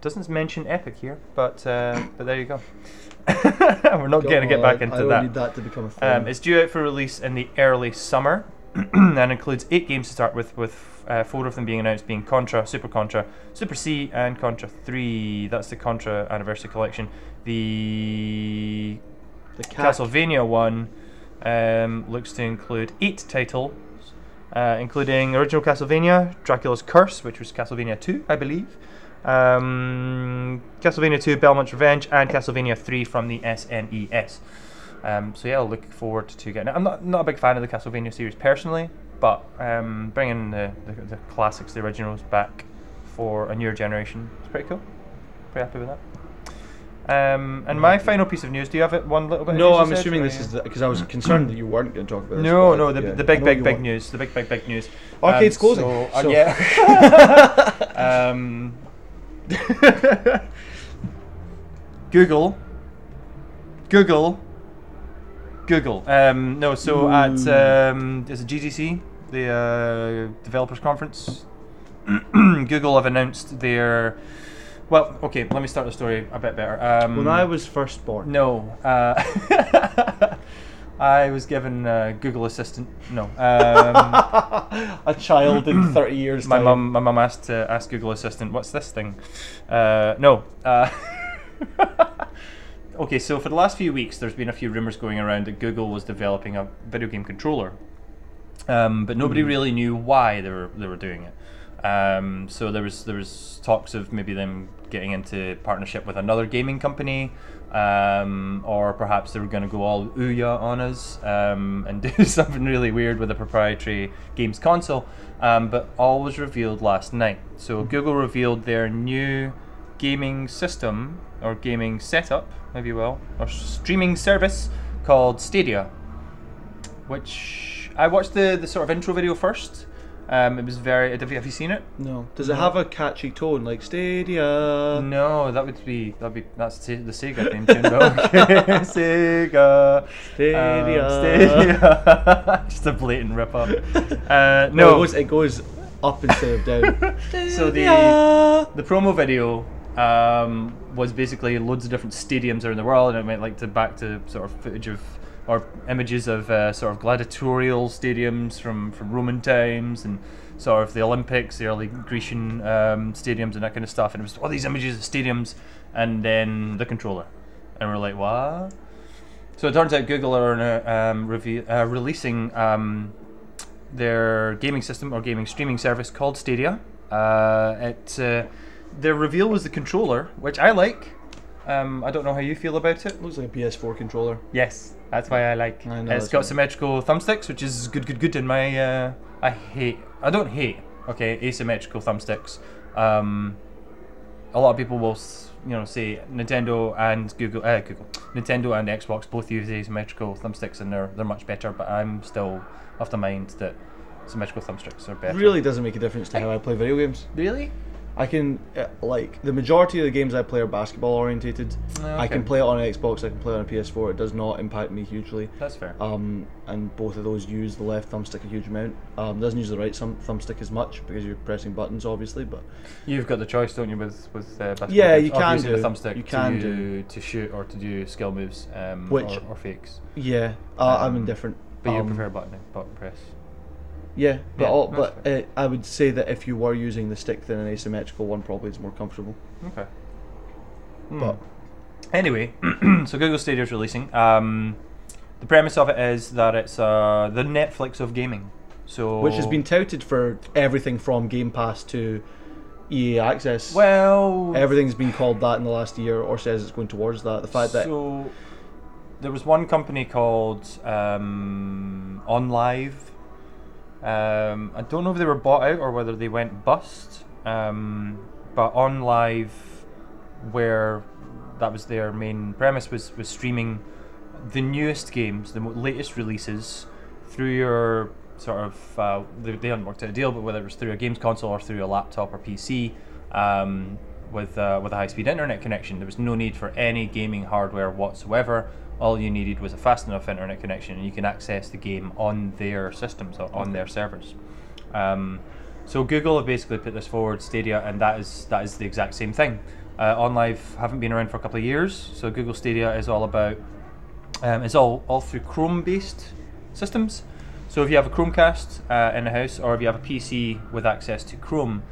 A: Doesn't mention Epic here, but uh, but there you go. We're not going to get back into
B: I, I
A: that.
B: need that to become a thing.
A: Um, it's due out for release in the early summer, and includes eight games to start with, with uh, four of them being announced being Contra, Super Contra, Super C, and Contra 3. That's the Contra Anniversary Collection. The
B: the CAC.
A: Castlevania one um, looks to include eight titles, uh, including original Castlevania, Dracula's Curse, which was Castlevania 2, I believe, um, Castlevania 2, Belmont's Revenge, and Castlevania 3 from the SNES. Um, so yeah, I'll look forward to getting it. I'm not, not a big fan of the Castlevania series personally, but um, bringing the, the, the classics, the originals, back for a newer generation is pretty cool. Pretty happy with that. Um, and my final piece of news. Do you have it? One little bit. of
B: Mm-hmm. no,
A: news you
B: I'm
A: said,
B: assuming
A: or
B: this
A: you-
B: is because I was concerned that you weren't going to talk about this.
A: no,
B: but,
A: no, the,
B: yeah,
A: the
B: I
A: big,
B: know
A: big,
B: you
A: big
B: want-
A: news. The big, big, big news.
B: Arcade's
A: Um,
B: closing,
A: So, uh,
B: so-
A: yeah. um, Google. Google. Google. Um, no, so at um, is it GDC, the uh, developers conference Google have announced their. Well, okay, let me start the story a bit better. Um,
B: When I was first born,
A: No. Uh, I was given uh, Google Assistant. No. Um,
B: a child in 30 years.
A: my
B: time.
A: mum, my mum asked to ask Google Assistant, "What's this thing?" Uh, no. Uh, okay, so for the last few weeks, there's been a few rumors going around that Google was developing a video game controller, um, but nobody really knew why they were they were doing it. Um, so there was there was talks of maybe them getting into partnership with another gaming company. Um, or perhaps they were going to go all Ouya on us um, and do something really weird with a proprietary games console, um, but all was revealed last night. So Google revealed their new gaming system or gaming setup, maybe you will, or streaming service called Stadia, which I watched the, the sort of intro video first. Um, it was very. Have you, have you seen it?
B: No. Does it have a catchy tone like Stadia?
A: No, that would be that would be that's Se- the Sega theme tune. But okay, Sega, um,
B: Stadia.
A: Stadia. Just a blatant rip up. Uh, no,
B: It goes, it goes up instead of down.
A: So the-
B: Stadia.
A: the promo video um, was basically loads of different stadiums around the world, and it went like to back to sort of footage of or images of uh, sort of gladiatorial stadiums from from Roman times and sort of the Olympics, the early Grecian um, stadiums, and that kind of stuff. And it was all these images of stadiums, and then the controller, and we're like, what? So it turns out Google are uh, um, review, uh, releasing um, their gaming system or gaming streaming service called Stadia. Uh, it uh, their reveal was the controller, which I like. Um, I don't know how you feel about it.
B: Looks like a PS4 controller.
A: Yes, that's why I like.
B: I know,
A: it's
B: that's
A: got
B: right.
A: symmetrical thumbsticks, which is good, good, good. In my, uh, I hate. I don't hate. Okay, asymmetrical thumbsticks. Um, a lot of people will, s- you know, say Nintendo and Google, uh, Google, Nintendo and Xbox both use asymmetrical thumbsticks, and they're they're much better. But I'm still of the mind that symmetrical thumbsticks are better.
B: Really doesn't make a difference to how I play video games.
A: Really?
B: I can uh, like the majority of the games I play are basketball orientated. I
A: Ah, okay.
B: can play it on Xbox. I can play it on PS4. It does not impact me hugely.
A: That's fair.
B: Um, and both of those use the left thumbstick a huge amount. Um, doesn't use the right thumb- thumbstick as much because you're pressing buttons, obviously. But
A: You've got the choice, don't you, with with uh, basketball
B: Yeah,
A: games
B: you
A: of
B: can
A: using
B: do.
A: the thumbstick
B: You can
A: to
B: do.
A: to shoot or to do skill moves, um,
B: Which-
A: or, or fakes.
B: yeah, uh, I'm
A: Um,
B: indifferent.
A: But you
B: Um,
A: prefer button button press.
B: Yeah, but
A: Yeah,
B: all,
A: that's
B: but
A: fair.
B: uh, I would say that if you were using the stick, then an asymmetrical one probably is more comfortable.
A: Okay. Hmm.
B: But
A: Anyway, so Google Stadia is releasing. Um, the premise of it is that it's uh, the Netflix of gaming. So
B: which has been touted for everything from Game Pass to EA Access.
A: well
B: Everything's been called that in the last year, or says it's going towards that. The fact that
A: so there was one company called um, OnLive. Um, I don't know if they were bought out or whether they went bust. Um, but OnLive, where that was their main premise, was was streaming the newest games, the mo- latest releases, through your sort of uh, they, they hadn't worked out a deal, but whether it was through a games console or through a laptop or PC, um, with uh, with a high speed internet connection, there was no need for any gaming hardware whatsoever. All you needed was a fast enough internet connection, and you can access the game on their systems or on their servers. Um, so Google have basically put this forward, Stadia, and that is that is the exact same thing. Uh, OnLive haven't been around for a couple of years, so Google Stadia is all about um, it's all all through Chrome-based systems. So if you have a Chromecast uh, in the house, or if you have a PC with access to Chrome,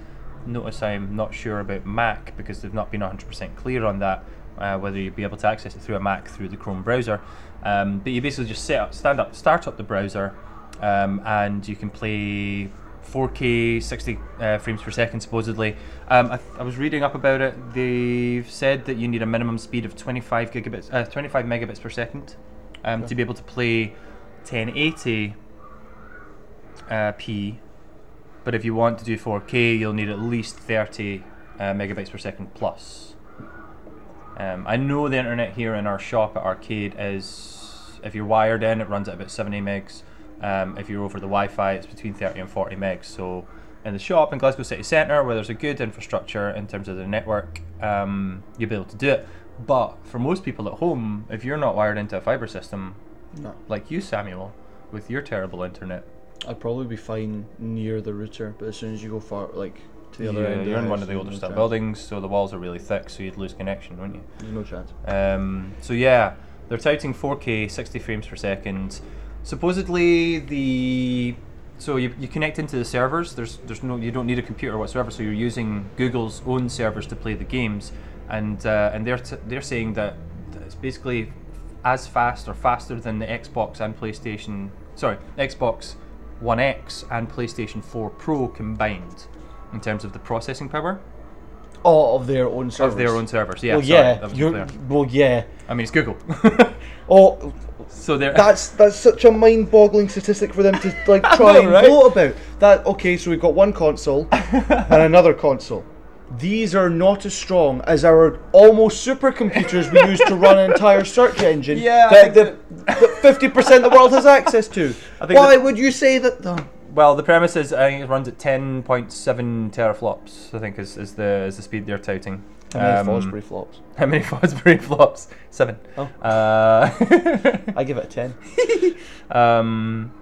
A: notice I'm not sure about Mac because they've not been 100% clear on that uh, whether you'd be able to access it through a Mac through the Chrome browser. Um, but you basically just set up, stand up, start up the browser, um, and you can play 4K 60 uh, frames per second supposedly. Um, I, th- I was reading up about it. They've said that you need a minimum speed of 25 gigabits, uh, 25 megabits per second, um, to be able to play 1080 uh, p. But if you want to do 4K, you'll need at least 30 uh, megabytes per second plus. Um, I know the internet here in our shop at Arcade is, if you're wired in, it runs at about 70 megs. Um, if you're over the Wi Fi, it's between 30 and 40 megs. So in the shop in Glasgow City Centre, where there's a good infrastructure in terms of the network, um, you'll be able to do it. But for most people at home, if you're not wired into a fibre system,
B: no,
A: like you, Samuel, with your terrible internet,
B: I'd probably be fine near the router, but as soon as you go far, like to the other end.
A: you're in one of
C: so
A: the older
C: no
A: style
C: chance.
A: buildings, so the walls are really thick, so you'd lose connection, wouldn't you?
C: No chance.
A: Um, so yeah, they're touting 4K, 60 frames per second. Supposedly the so you, you connect into the servers. There's there's no you don't need a computer whatsoever. So you're using Google's own servers to play the games, and uh, and they're t- they're saying that it's basically as fast or faster than the Xbox and PlayStation. Sorry, Xbox One X and PlayStation 4 Pro combined in terms of the processing power
B: Oh, of their own servers.
A: of their own servers. Yeah,
B: Well,
A: sorry,
B: yeah.
A: that wasn't
B: you're,
A: clear.
B: well, yeah.
A: I mean it's Google.
B: Oh,
A: so they're
B: that's that's such a mind-boggling statistic for them to like
A: I
B: try
A: know,
B: and
A: right?
B: gloat about. That okay? So we've got one console and another console. These are not as strong as our almost supercomputers we use to run an entire search engine
A: Yeah, I
B: that the
A: think
B: fifty percent the world has access to.
A: think
B: Why
A: that-
B: would you say that? oh,
A: Well, the premise is I think it runs at ten point seven teraflops. I think is, is the is the speed they're touting.
B: How
A: Um,
B: many Fosbury flops?
A: How many Fosbury flops? Seven.
B: Oh.
A: Uh,
B: I give it a ten.
A: um,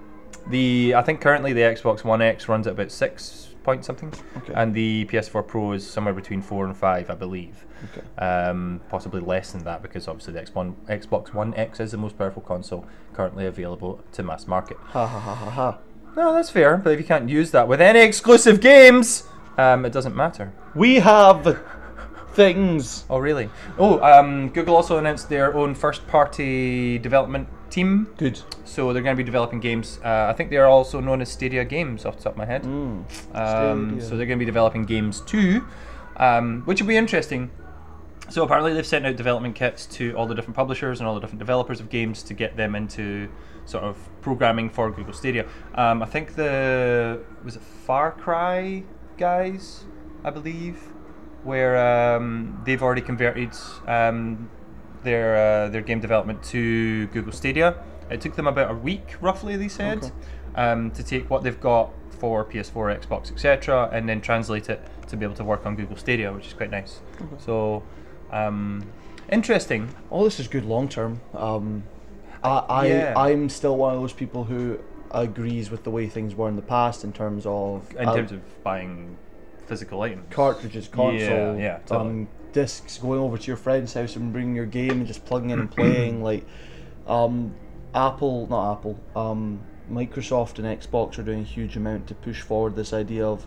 A: the I think currently the Xbox One X runs at about six point something,
B: Okay.
A: and the PS4 Pro is somewhere between four and five, I believe. Um, possibly less than that because obviously the Xbox Xbox One X is the most powerful console currently available to mass market.
B: Ha ha ha ha ha.
A: No, that's fair, but if you can't use that with any exclusive games, um, it doesn't matter.
B: We have things.
A: Oh, really? Oh, um, Google also announced their own first party development team.
B: Good.
A: So they're going to be developing games. Uh, I think they are also known as Stadia Games off the top of my head. Um,
B: Stadia.
A: so they're going to be developing games too, um, which will be interesting. So apparently they've sent out development kits to all the different publishers and all the different developers of games to get them into sort of programming for Google Stadia. Um, I think the was it Far Cry guys, I believe, where um, they've already converted um, their uh, their game development to Google Stadia. It took them about a week, roughly, they said, um, to take what they've got for PS4, Xbox, etc., and then translate it to be able to work on Google Stadia, which is quite nice. So, um, interesting.
B: All this is good long term. Um, I, I
A: Yeah.
B: I'm still one of those people who agrees with the way things were in the past in terms of
A: in
B: uh,
A: terms of buying physical items.
B: cartridges, console,
A: yeah, totally.
B: um, discs, going over to your friend's house and bringing your game and just plugging in and playing. Like, um, Apple, not Apple, um, Microsoft and Xbox are doing a huge amount to push forward this idea of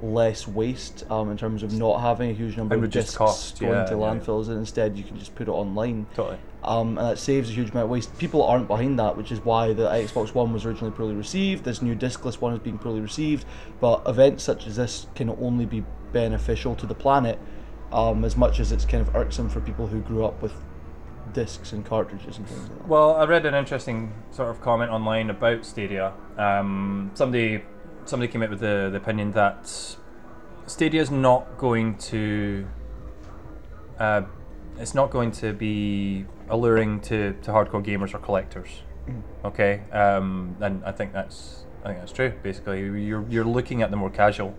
B: less waste um, in terms of not having a huge number
A: And
B: of
A: reduced
B: discs
A: cost,
B: going
A: yeah,
B: to
A: yeah.
B: landfills, and instead you can just put it online.
A: Totally.
B: um, and that saves a huge amount of waste. People aren't behind that, which is why the Xbox One was originally poorly received. This new discless one is being poorly received, but events such as this can only be beneficial to the planet, um, as much as it's kind of irksome for people who grew up with discs and cartridges and things like that.
A: Well, I read an interesting sort of comment online about Stadia. Um, somebody somebody came out with the, the opinion that Stadia's not going to uh, it's not going to be alluring to, to hardcore gamers or collectors. Okay, um, and I think that's I think that's true. Basically, you're you're looking at the more casual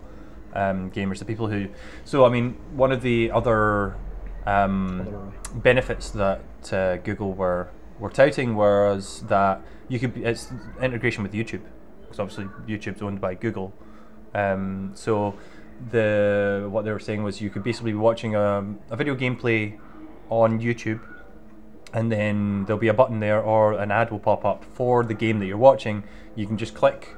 A: um, gamers, the people who. So I mean, one of the other um, benefits that uh, Google were were touting was that you could be, it's integration with YouTube, because obviously YouTube's owned by Google. Um, so the what they were saying was you could basically be watching a, a video gameplay on YouTube, and then there'll be a button there or an ad will pop up for the game that you're watching. You can just click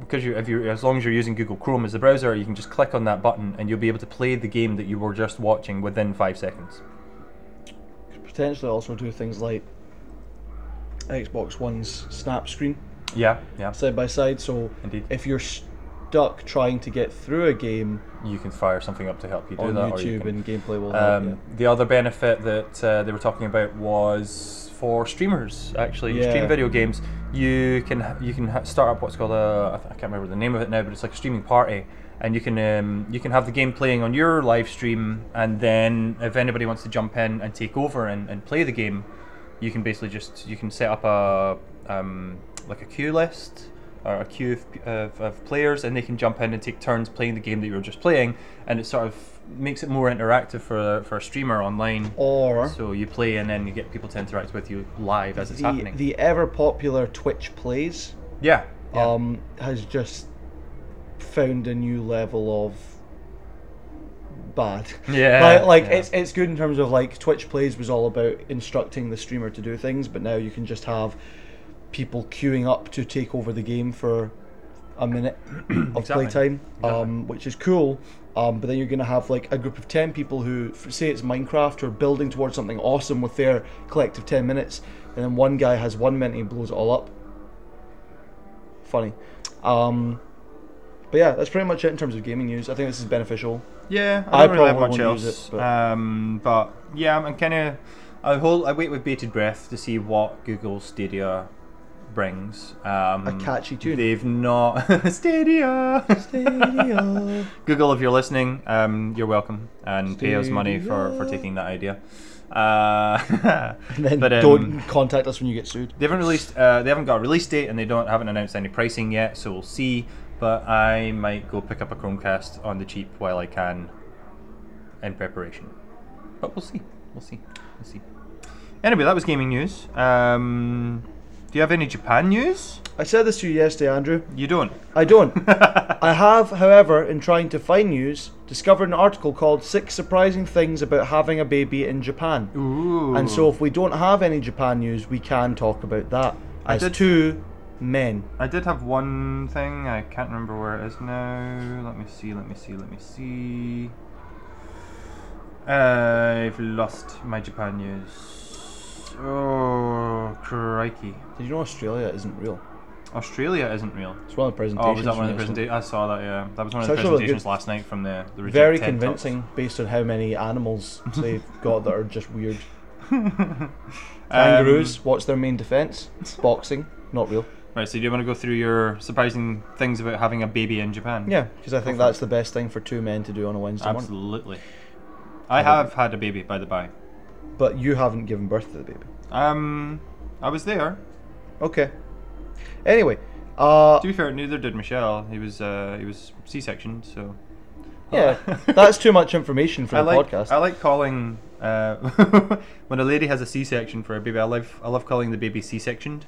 A: because you if you as long as you're using Google Chrome as the browser, you can just click on that button and you'll be able to play the game that you were just watching within five seconds.
B: Could potentially also do things like Xbox One's snap screen
A: Yeah, yeah.
B: side by side. So
A: Indeed.
B: if you're stuck trying to get through a game
A: You can fire something up to help you do
B: on
A: that. or you
B: YouTube
A: can,
B: and uh, gameplay will help.
A: Um,
B: you.
A: The other benefit that uh, they were talking about was for streamers. Actually, who
B: Yeah.
A: stream video games. You can h- you can ha- start up what's called a I th- I can't remember the name of it now, but it's like a streaming party, and you can um, you can have the game playing on your live stream, and then if anybody wants to jump in and take over and, and play the game, you can basically just you can set up a um, like a queue list or a queue of, p- of, of players and they can jump in and take turns playing the game that you were just playing and it sort of makes it more interactive for a, for a streamer online
B: Or
A: so you play and then you get people to interact with you live as it's
B: the,
A: happening
B: the ever popular Twitch plays
A: yeah, yeah.
B: um, has just found a new level of bad.
A: Yeah,
B: But, like
A: yeah.
B: it's it's good in terms of like Twitch plays was all about instructing the streamer to do things, but now you can just have people queuing up to take over the game for a minute of
A: Exactly.
B: playtime,
A: Exactly.
B: um, which is cool. Um, but then you're going to have like a group of ten people who, f- say it's Minecraft, who are building towards something awesome with their collective ten minutes, and then one guy has one minute and he blows it all up. Funny. Um, but yeah, that's pretty much it in terms of gaming news. I think this is beneficial.
A: Yeah,
B: I
A: I don't really have
B: probably
A: much
B: won't
A: else.
B: use it, but-
A: Um, but yeah, I'm, I'm kind of I hold I wait with bated breath to see what Google Stadia brings. Um,
B: A catchy tune.
A: They've not Stadia.
B: Stadia.
A: Google, if you're listening, um, you're welcome and pay us money for, for
B: Stadia.
A: taking that idea. Uh,
B: And then
A: but, um,
B: don't contact us when you get sued.
A: They haven't released. Uh, they haven't got a release date, and they don't haven't announced any pricing yet. So we'll see. But I might go pick up a Chromecast on the cheap while I can, in preparation. But we'll see. We'll see. We'll see. Anyway, that was gaming news. Um, do you have any Japan news?
B: I said this to you yesterday, Andrew.
A: You don't.
B: I don't. I have, however, in trying to find news, discovered an article called Six Surprising Things About Having a Baby in Japan.
A: Ooh.
B: And so, if we don't have any Japan news, we can talk about that.
A: I
B: As
A: did-
B: two men.
A: I did have one thing. I can't remember where it is now. Let me see. Let me see. Let me see. I've lost my Japan news. Oh, crikey!
B: Did you know Australia isn't real?
A: Australia isn't real.
B: It's one of
A: Oh,
B: the presentations.
A: was that one of the
B: from yesterday.
A: presentations? I saw that. Yeah, that was one of
B: It's
A: the
B: actually really
A: presentations
B: good.
A: last night from the the Reject
B: Very
A: TED Talks.
B: convincing based on how many animals they've got that are just weird. Kangaroos,
A: Um,
B: what's their main defence? Boxing. Not real.
A: Right. So, do you want to go through your surprising things about having a baby in Japan?
B: Yeah, because I think that's the best thing for two men to do on a Wednesday morning.
A: Absolutely. I have had a baby, by the by.
B: But you haven't given birth to the baby.
A: Um, I was there.
B: Okay. Anyway, uh,
A: To be fair, neither did Michelle. He was uh, he was C-section, so
B: yeah, that's too much information for
A: I
B: the
A: like
B: podcast.
A: I like calling uh, when a lady has a C-section for a baby. I love I love calling the baby C-sectioned.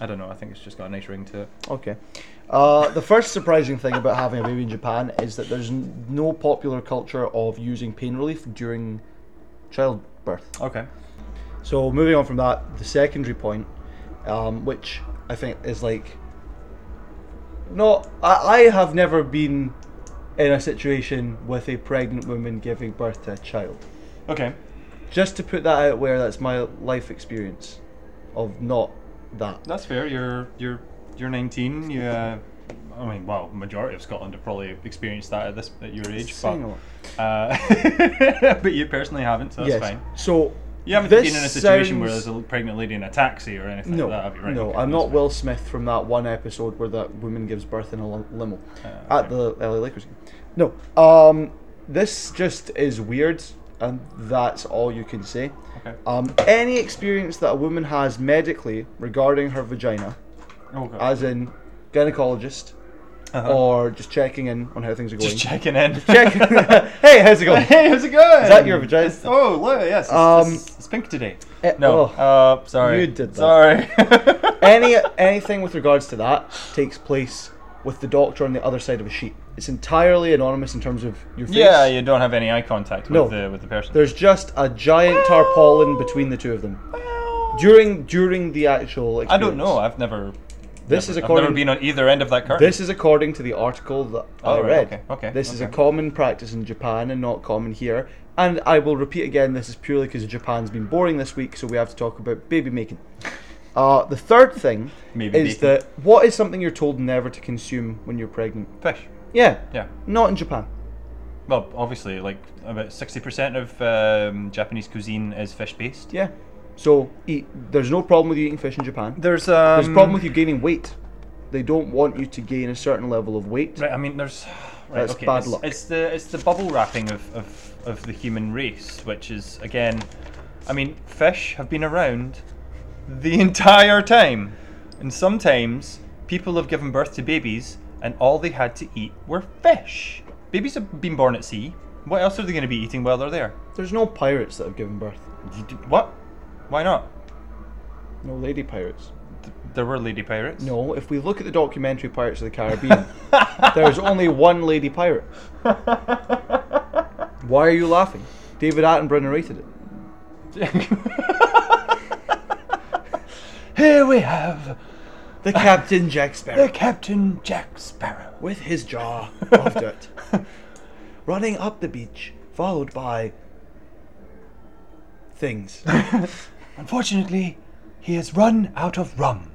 A: I don't know. I think it's just got a nice ring to it.
B: okay. Uh, the first surprising thing about having a baby in Japan is that there's n- no popular culture of using pain relief during childbirth.
A: Okay.
B: So moving on from that, the secondary point, um, which I think is like, no, I, I have never been in a situation with a pregnant woman giving birth to a child.
A: Okay.
B: Just to put that out where that's my life experience of not that.
A: That's fair. You're you're you're 19. You. Uh, I mean, well, majority of Scotland have probably experienced that at this at your age, but
B: Saying a lot.
A: uh, but you personally haven't, so that's
B: yes.
A: fine.
B: So
A: You haven't
B: this
A: been in a situation
B: sounds...
A: where there's a pregnant lady in a taxi or anything
B: no,
A: like that, have you? Right,
B: no,
A: okay,
B: I'm
A: that's
B: not
A: fine.
B: Will Smith from that one episode where that woman gives birth in a lim- limo
A: Uh,
B: at the LA Lakers game. No, um, this just is weird, and that's all you can say.
A: Okay.
B: Um, any experience that a woman has medically regarding her vagina,
A: Okay.
B: as in gynecologist,
A: Uh-huh.
B: or just checking in on how things are going.
A: Just checking in.
B: Check. hey, how's it going?
A: hey, how's it going? Is
B: that your vagina?
A: Oh, look, yes. It's,
B: Um,
A: it's, it's pink today.
B: Eh,
A: No.
B: oh,
A: uh, sorry.
B: you did that. Eh,
A: Sorry.
B: any anything with regards to that takes place with the doctor on the other side of a sheet. It's entirely anonymous in terms of your face.
A: yeah, you don't have any eye contact with
B: No.
A: the with the person.
B: There's just a giant tarpaulin between the two of them during during the actual.
A: I
B: Experience.
A: don't know. I've never.
B: This
A: never- I've
B: is according-
A: never been on either end of that curtain.
B: This is according to the article that I
A: Oh, right,
B: read.
A: okay, okay,
B: This is a
A: okay.
B: common practice in Japan and not common here. And I will repeat again, this is purely because Japan's been boring this week, so we have to talk about baby making. Uh, the third thing
A: Maybe
B: is
A: bacon.
B: that what is something you're told never to consume when you're pregnant?
A: fish.
B: Yeah,
A: Yeah.
B: not in Japan.
A: Well, obviously, like about sixty percent of um, Japanese cuisine is fish based.
B: Yeah. So eat. There's no problem with you eating fish in Japan.
A: There's um,
B: There's a problem with you gaining weight. They don't want you to gain a certain level of weight.
A: Right, I mean, there's. Right,
B: That's
A: okay,
B: bad
A: it's,
B: luck.
A: It's the it's the bubble wrapping of, of of the human race, which is again, I mean, fish have been around the entire time, and sometimes people have given birth to babies, and all they had to eat were fish. Babies have been born at sea. What else are they going to be eating while they're there?
B: There's no pirates that have given birth.
A: You d- What? Why not?
B: No lady pirates.
A: Th- There were lady pirates.
B: No, if we look at the documentary Pirates of the Caribbean, there's only one lady pirate. Why are you laughing? David Attenborough narrated it.
A: Here we have
B: The Captain Jack Sparrow
A: the Captain Jack Sparrow.
B: with his jaw of dirt, running up the beach, followed by things.
A: Unfortunately, he has run out of rum.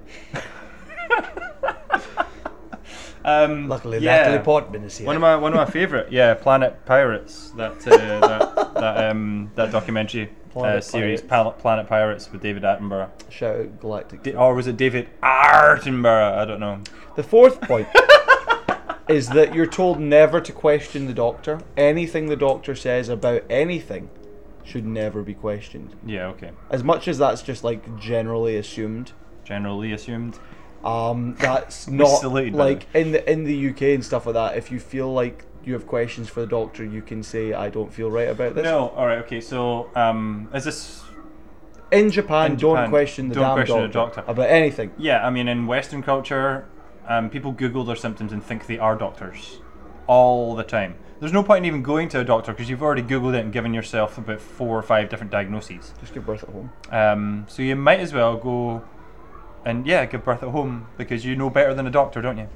A: um,
B: Luckily,
A: yeah.
B: Natalie Portman is here.
A: One of my one of my favorite, yeah, Planet Pirates. That uh, that that um that documentary uh,
B: Planet
A: series,
B: Pirates.
A: Pal- Planet Pirates with David Attenborough,
B: Shout out Galactic.
A: Di- or was it David Attenborough? I don't know.
B: The fourth point is that you're told never to question the doctor. Anything the doctor says about anything should never be questioned.
A: Yeah, okay.
B: As much as that's just like generally assumed,
A: Generally assumed.
B: um, that's not
A: salute, by the
B: like in the in the UK and stuff like that. If you feel like you have questions for the doctor, you can say I don't feel right about this.
A: No, all right, okay. So, um, is this?
B: In Japan,
A: In Japan,
B: don't question the
A: don't
B: damn
A: question the
B: doctor,
A: doctor.
B: about anything.
A: Yeah, I mean, in Western culture, um, people Google their symptoms and think they are doctors all the time. There's no point in even going to a doctor because you've already Googled it and given yourself about four or five different diagnoses.
B: Just give birth at home.
A: Um, so you might as well go and yeah, give birth at home because you know better than a doctor, don't you?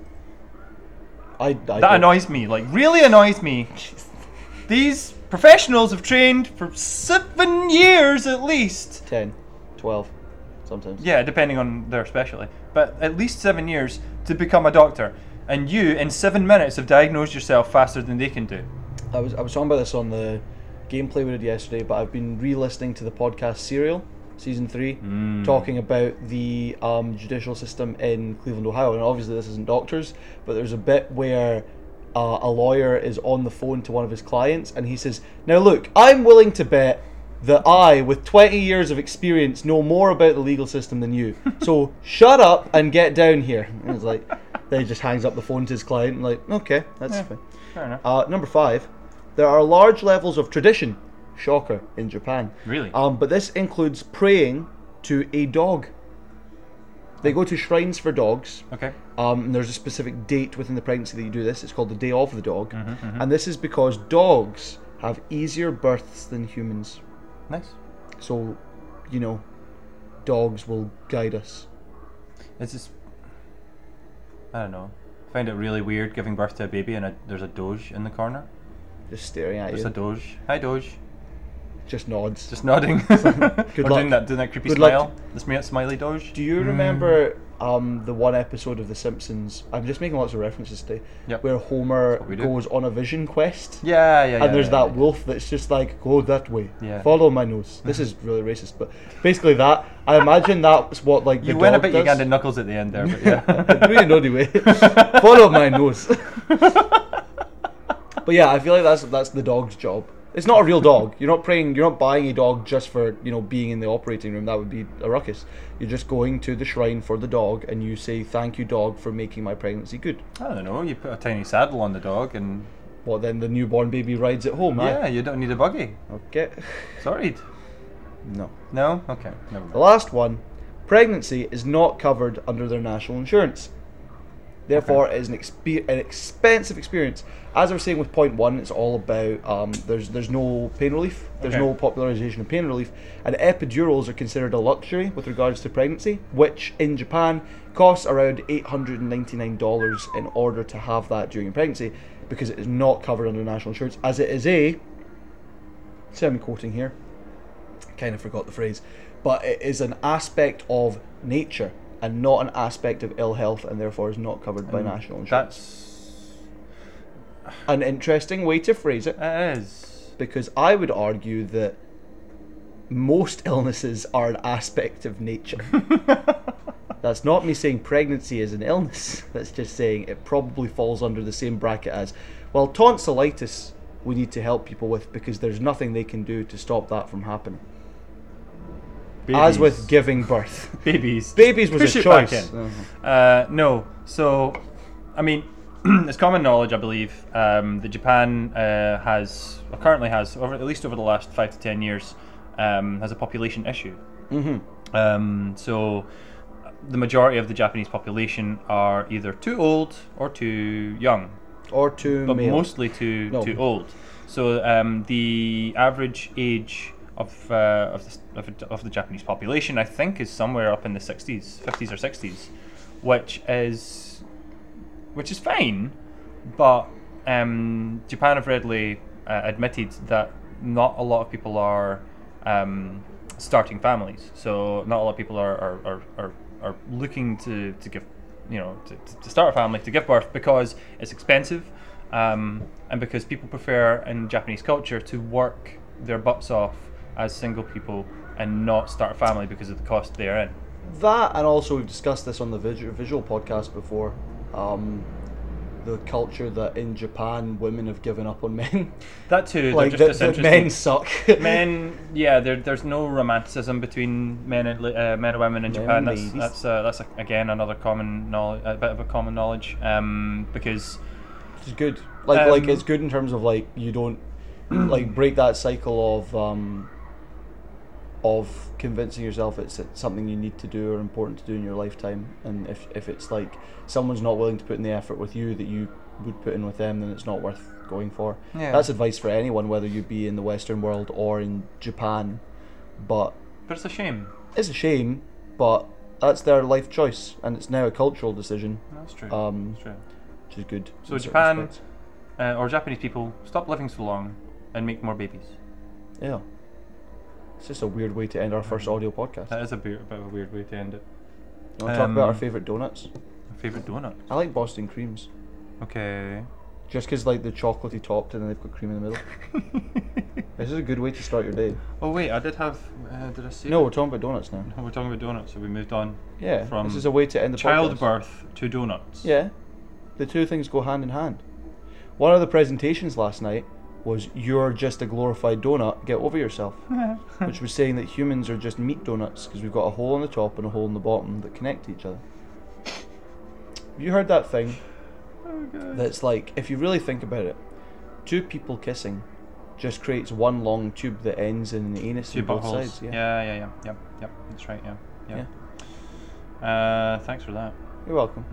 B: I, I
A: That
B: don't-
A: annoys me. Like really annoys me. These professionals have trained for seven years at least.
B: 10, 12, sometimes.
A: Yeah, depending on their specialty, but at least seven years to become a doctor. And you, in seven minutes, have diagnosed yourself faster than they can do.
B: I was I was talking about this on the gameplay we did yesterday, but I've been re-listening to the podcast Serial season three, talking about the um, judicial system in Cleveland, Ohio, and obviously this isn't doctors, but there's a bit where. Uh, a lawyer is on the phone to one of his clients and he says, Now look, I'm willing to bet that I, with 20 years of experience, know more about the legal system than you. So shut up and get down here. And it's like, then he just hangs up the phone to his client and, like, okay, that's fine.
A: Fair enough.
B: Uh, number five, there are large levels of tradition, shocker, in Japan.
A: Really?
B: Um, but this includes praying to a dog. They go to shrines for dogs.
A: okay.
B: Um, and there's a specific date within the pregnancy that you do this. It's called the day of the dog. And this is because dogs have easier births than humans.
A: Nice.
B: So, you know, dogs will guide us.
A: It's just. I don't know. I find it really weird giving birth to a baby and a, there's a doge in the corner.
B: Just staring at
A: It's
B: you.
A: a doge. Hi, doge.
B: just nods.
A: Just nodding. or
B: luck.
A: doing that, doing that creepy
B: Good luck.
A: smile. The smi- smiley doge.
B: Do you remember um, the one episode of The Simpsons? I'm just making lots of references today.
A: Yep.
B: Where Homer
A: we do.
B: goes on a vision quest.
A: Yeah, yeah, yeah.
B: And there's
A: yeah,
B: that
A: yeah.
B: wolf that's just like, go that way.
A: Yeah.
B: Follow my nose. This is really racist, but basically that. I imagine that's what like the
A: You went a
B: dog
A: bit
B: does.
A: Ugandan knuckles at the end there, but yeah.
B: Do it in naughty way. Follow my nose. but yeah, I feel like that's that's the dog's job. It's not a real dog. You're not praying. You're not buying a dog just for you know being in the operating room. That would be a ruckus. You're just going to the shrine for the dog, and you say thank you, dog, for making my pregnancy good.
A: I don't know. You put a tiny saddle on the dog, and
B: Well, then the newborn baby rides it home.
A: yeah, you don't need a buggy.
B: Aye? Okay.
A: Sorry.
B: No.
A: No. Okay. Never
B: The
A: mind.
B: last one, pregnancy is not covered under their national insurance. Therefore, it is an, expe- an expensive experience. As I was saying with point one, it's all about um, there's there's no pain relief, there's
A: Okay.
B: no popularization of pain relief, and epidurals are considered a luxury with regards to pregnancy, which in Japan costs around eight hundred and ninety nine dollars in order to have that during pregnancy, because it is not covered under national insurance, as it is a. See, I'm quoting here kind of forgot the phrase, but it is an aspect of nature and not an aspect of ill health and therefore is not covered by national insurance.
A: That's
B: An interesting way to phrase it
A: that is.
B: because I would argue that most illnesses are an aspect of nature. That's not me saying pregnancy is an illness. That's just saying it probably falls under the same bracket as, well, tonsillitis we need to help people with because there's nothing they can do to stop that from happening. As with
A: Babies.
B: giving birth.
A: babies,
B: Babies was
A: Push
B: a
A: it back
B: choice.
A: in.
B: Uh-huh.
A: Uh, no. So, I mean, it's common knowledge, I believe, um, that Japan uh, has, or currently has, over, at least over the last five to ten years, um, has a population issue. Mm-hmm. Um, so, the majority of the Japanese population are either too old or too young,
B: or two
A: but
B: male.
A: mostly too
B: No.
A: too old. So um, the average age of uh, of, the, of the- of the Japanese population, I think, is somewhere up in the sixties, fifties or sixties, which is which is fine, but um, Japan have readily uh, admitted that not a lot of people are um, starting families, so not a lot of people are are, are, are, are looking to, to give you know to, to- to start a family to give birth because it's expensive, um, and because people prefer in Japanese culture to work their butts off as single people and not start a family because of the cost they're in.
B: That and also we've discussed this on the visual, visual podcast before. Um, the culture that in Japan women have given up on men,
A: That too, they're
B: like
A: just
B: that, that
A: disinterested.
B: men suck.
A: men yeah there, there's no romanticism between men and li- uh, men and women in
B: Men
A: japan
B: and
A: that's
B: ladies.
A: that's, uh, that's again another common knowledge a bit of a common knowledge um, because
B: It's good. Like like
A: Um,
B: it's good in terms of like you don't like break that cycle of um of convincing yourself it's it's something you need to do or important to do in your lifetime and if if it's like someone's not willing to put in the effort with you that you would put in with them then it's not worth going for.
A: Yeah.
B: That's advice for anyone whether you be in the western world or in Japan. But
A: but it's a shame
B: it's a shame, but that's their life choice and it's now a cultural decision,
A: that's true
B: Um,
A: that's true
B: which is good.
A: So
B: in certain
A: Japan-
B: respects.
A: uh, or japanese people stop living so long and make more babies
B: Yeah. It's just a weird way to end our
A: Mm.
B: first audio podcast.
A: that is a bit, bit of a weird way to end it
B: We'll talk about our
A: um,
B: favourite donuts.
A: my favorite donut
B: I like Boston creams.
A: okay
B: Just 'cause like the chocolatey topped and then they've got cream in the middle. this is a good way to start your day.
A: oh wait i did have uh, did i say Oh,
B: No, we're talking about donuts now.
A: we're talking about donuts so we moved on
B: Yeah.
A: From
B: this is a way to end the podcast.
A: childbirth to donuts
B: Yeah. The two things go hand in hand. One of the presentations last night was you're just a glorified donut, get over yourself. which was saying that humans are just meat donuts because we've got a hole on the top and a hole in the bottom that connect to each other. Have you heard that thing?
A: Oh, God.
B: that's like if you really think about it, two people kissing just creates one long tube that ends in an anus
A: Two
B: on both
A: buttholes.
B: sides.
A: Yeah.
B: Yeah.
A: yeah, yeah, yeah, yeah, yeah. That's right. Yeah, yeah. Uh, thanks for that.
B: You're welcome.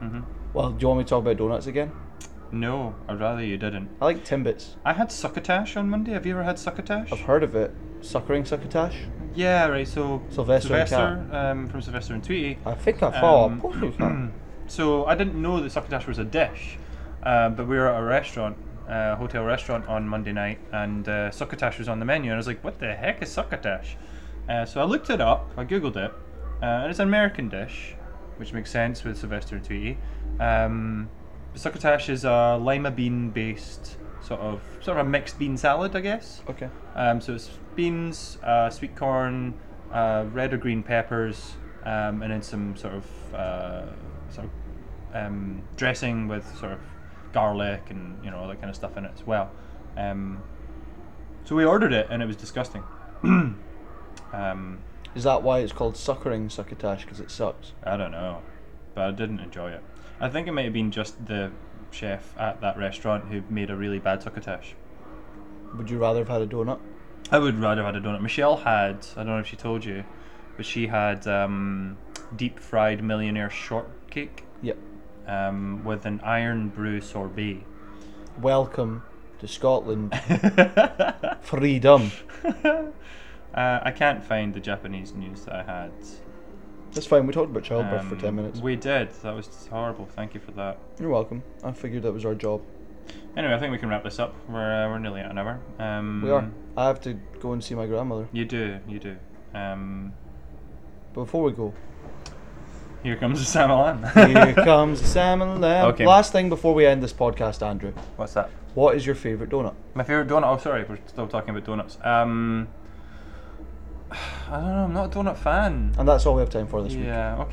A: Mhm, mhm.
B: Well, do you want me to talk about donuts again?
A: No, I'd rather you didn't.
B: I like Timbits.
A: I had succotash on Monday. Have you ever had succotash?
B: I've heard of it. Suckering succotash.
A: Yeah, right. So
B: Sylvester and
A: Sylvester, um, from Sylvester and Tweety.
B: I think I thought.
A: Um,
B: I posted that.
A: So I didn't know that succotash was a dish, uh, but we were at a restaurant, uh, hotel restaurant on Monday night, and uh, succotash was on the menu, and I was like, "What the heck is succotash?" Uh, so I looked it up, I googled it, uh, and it's an American dish, which makes sense with Sylvester and Tweety. Um, succotash is a lima bean based sort of sort of a mixed bean salad, I guess.
B: Okay.
A: Um, so it's beans, uh, sweet corn, uh, red or green peppers, um, and then some sort of uh, sort of um, dressing with sort of garlic and you know all that kind of stuff in it as well. Um, so we ordered it and it was disgusting. um,
B: Is that why it's called suckering succotash? Because it sucks.
A: I don't know, but I didn't enjoy it. I think it might have been just the chef at that restaurant who made a really bad succotash.
B: Would you rather have had a donut?
A: I would rather have had a donut. Michelle had, I don't know if she told you, but she had um, deep fried millionaire shortcake
B: Yep.
A: um, with an iron brew sorbet.
B: Welcome to Scotland.
A: uh,
B: Freedom.
A: I can't find the Japanese news that I had.
B: That's fine. We talked about childbirth for
A: Um,
B: ten minutes.
A: We did. That was horrible. Thank you for that.
B: You're welcome. I figured that was our job.
A: Anyway, I think we can wrap this up. We're, uh, we're nearly at an hour. Um,
B: We are. I have to go and see my grandmother.
A: You do. You do. Um,
B: But before we go,
A: here comes the Samalan.
B: Here comes the salmon lamb.
A: Okay.
B: Last thing before we end this podcast, Andrew.
A: What's that?
B: What is your favourite donut?
A: My favorite donut. Oh, sorry, we're still talking about donuts. Um, I don't know. I'm not a donut fan.
B: And that's all we have time for this week.
A: Yeah. Okay.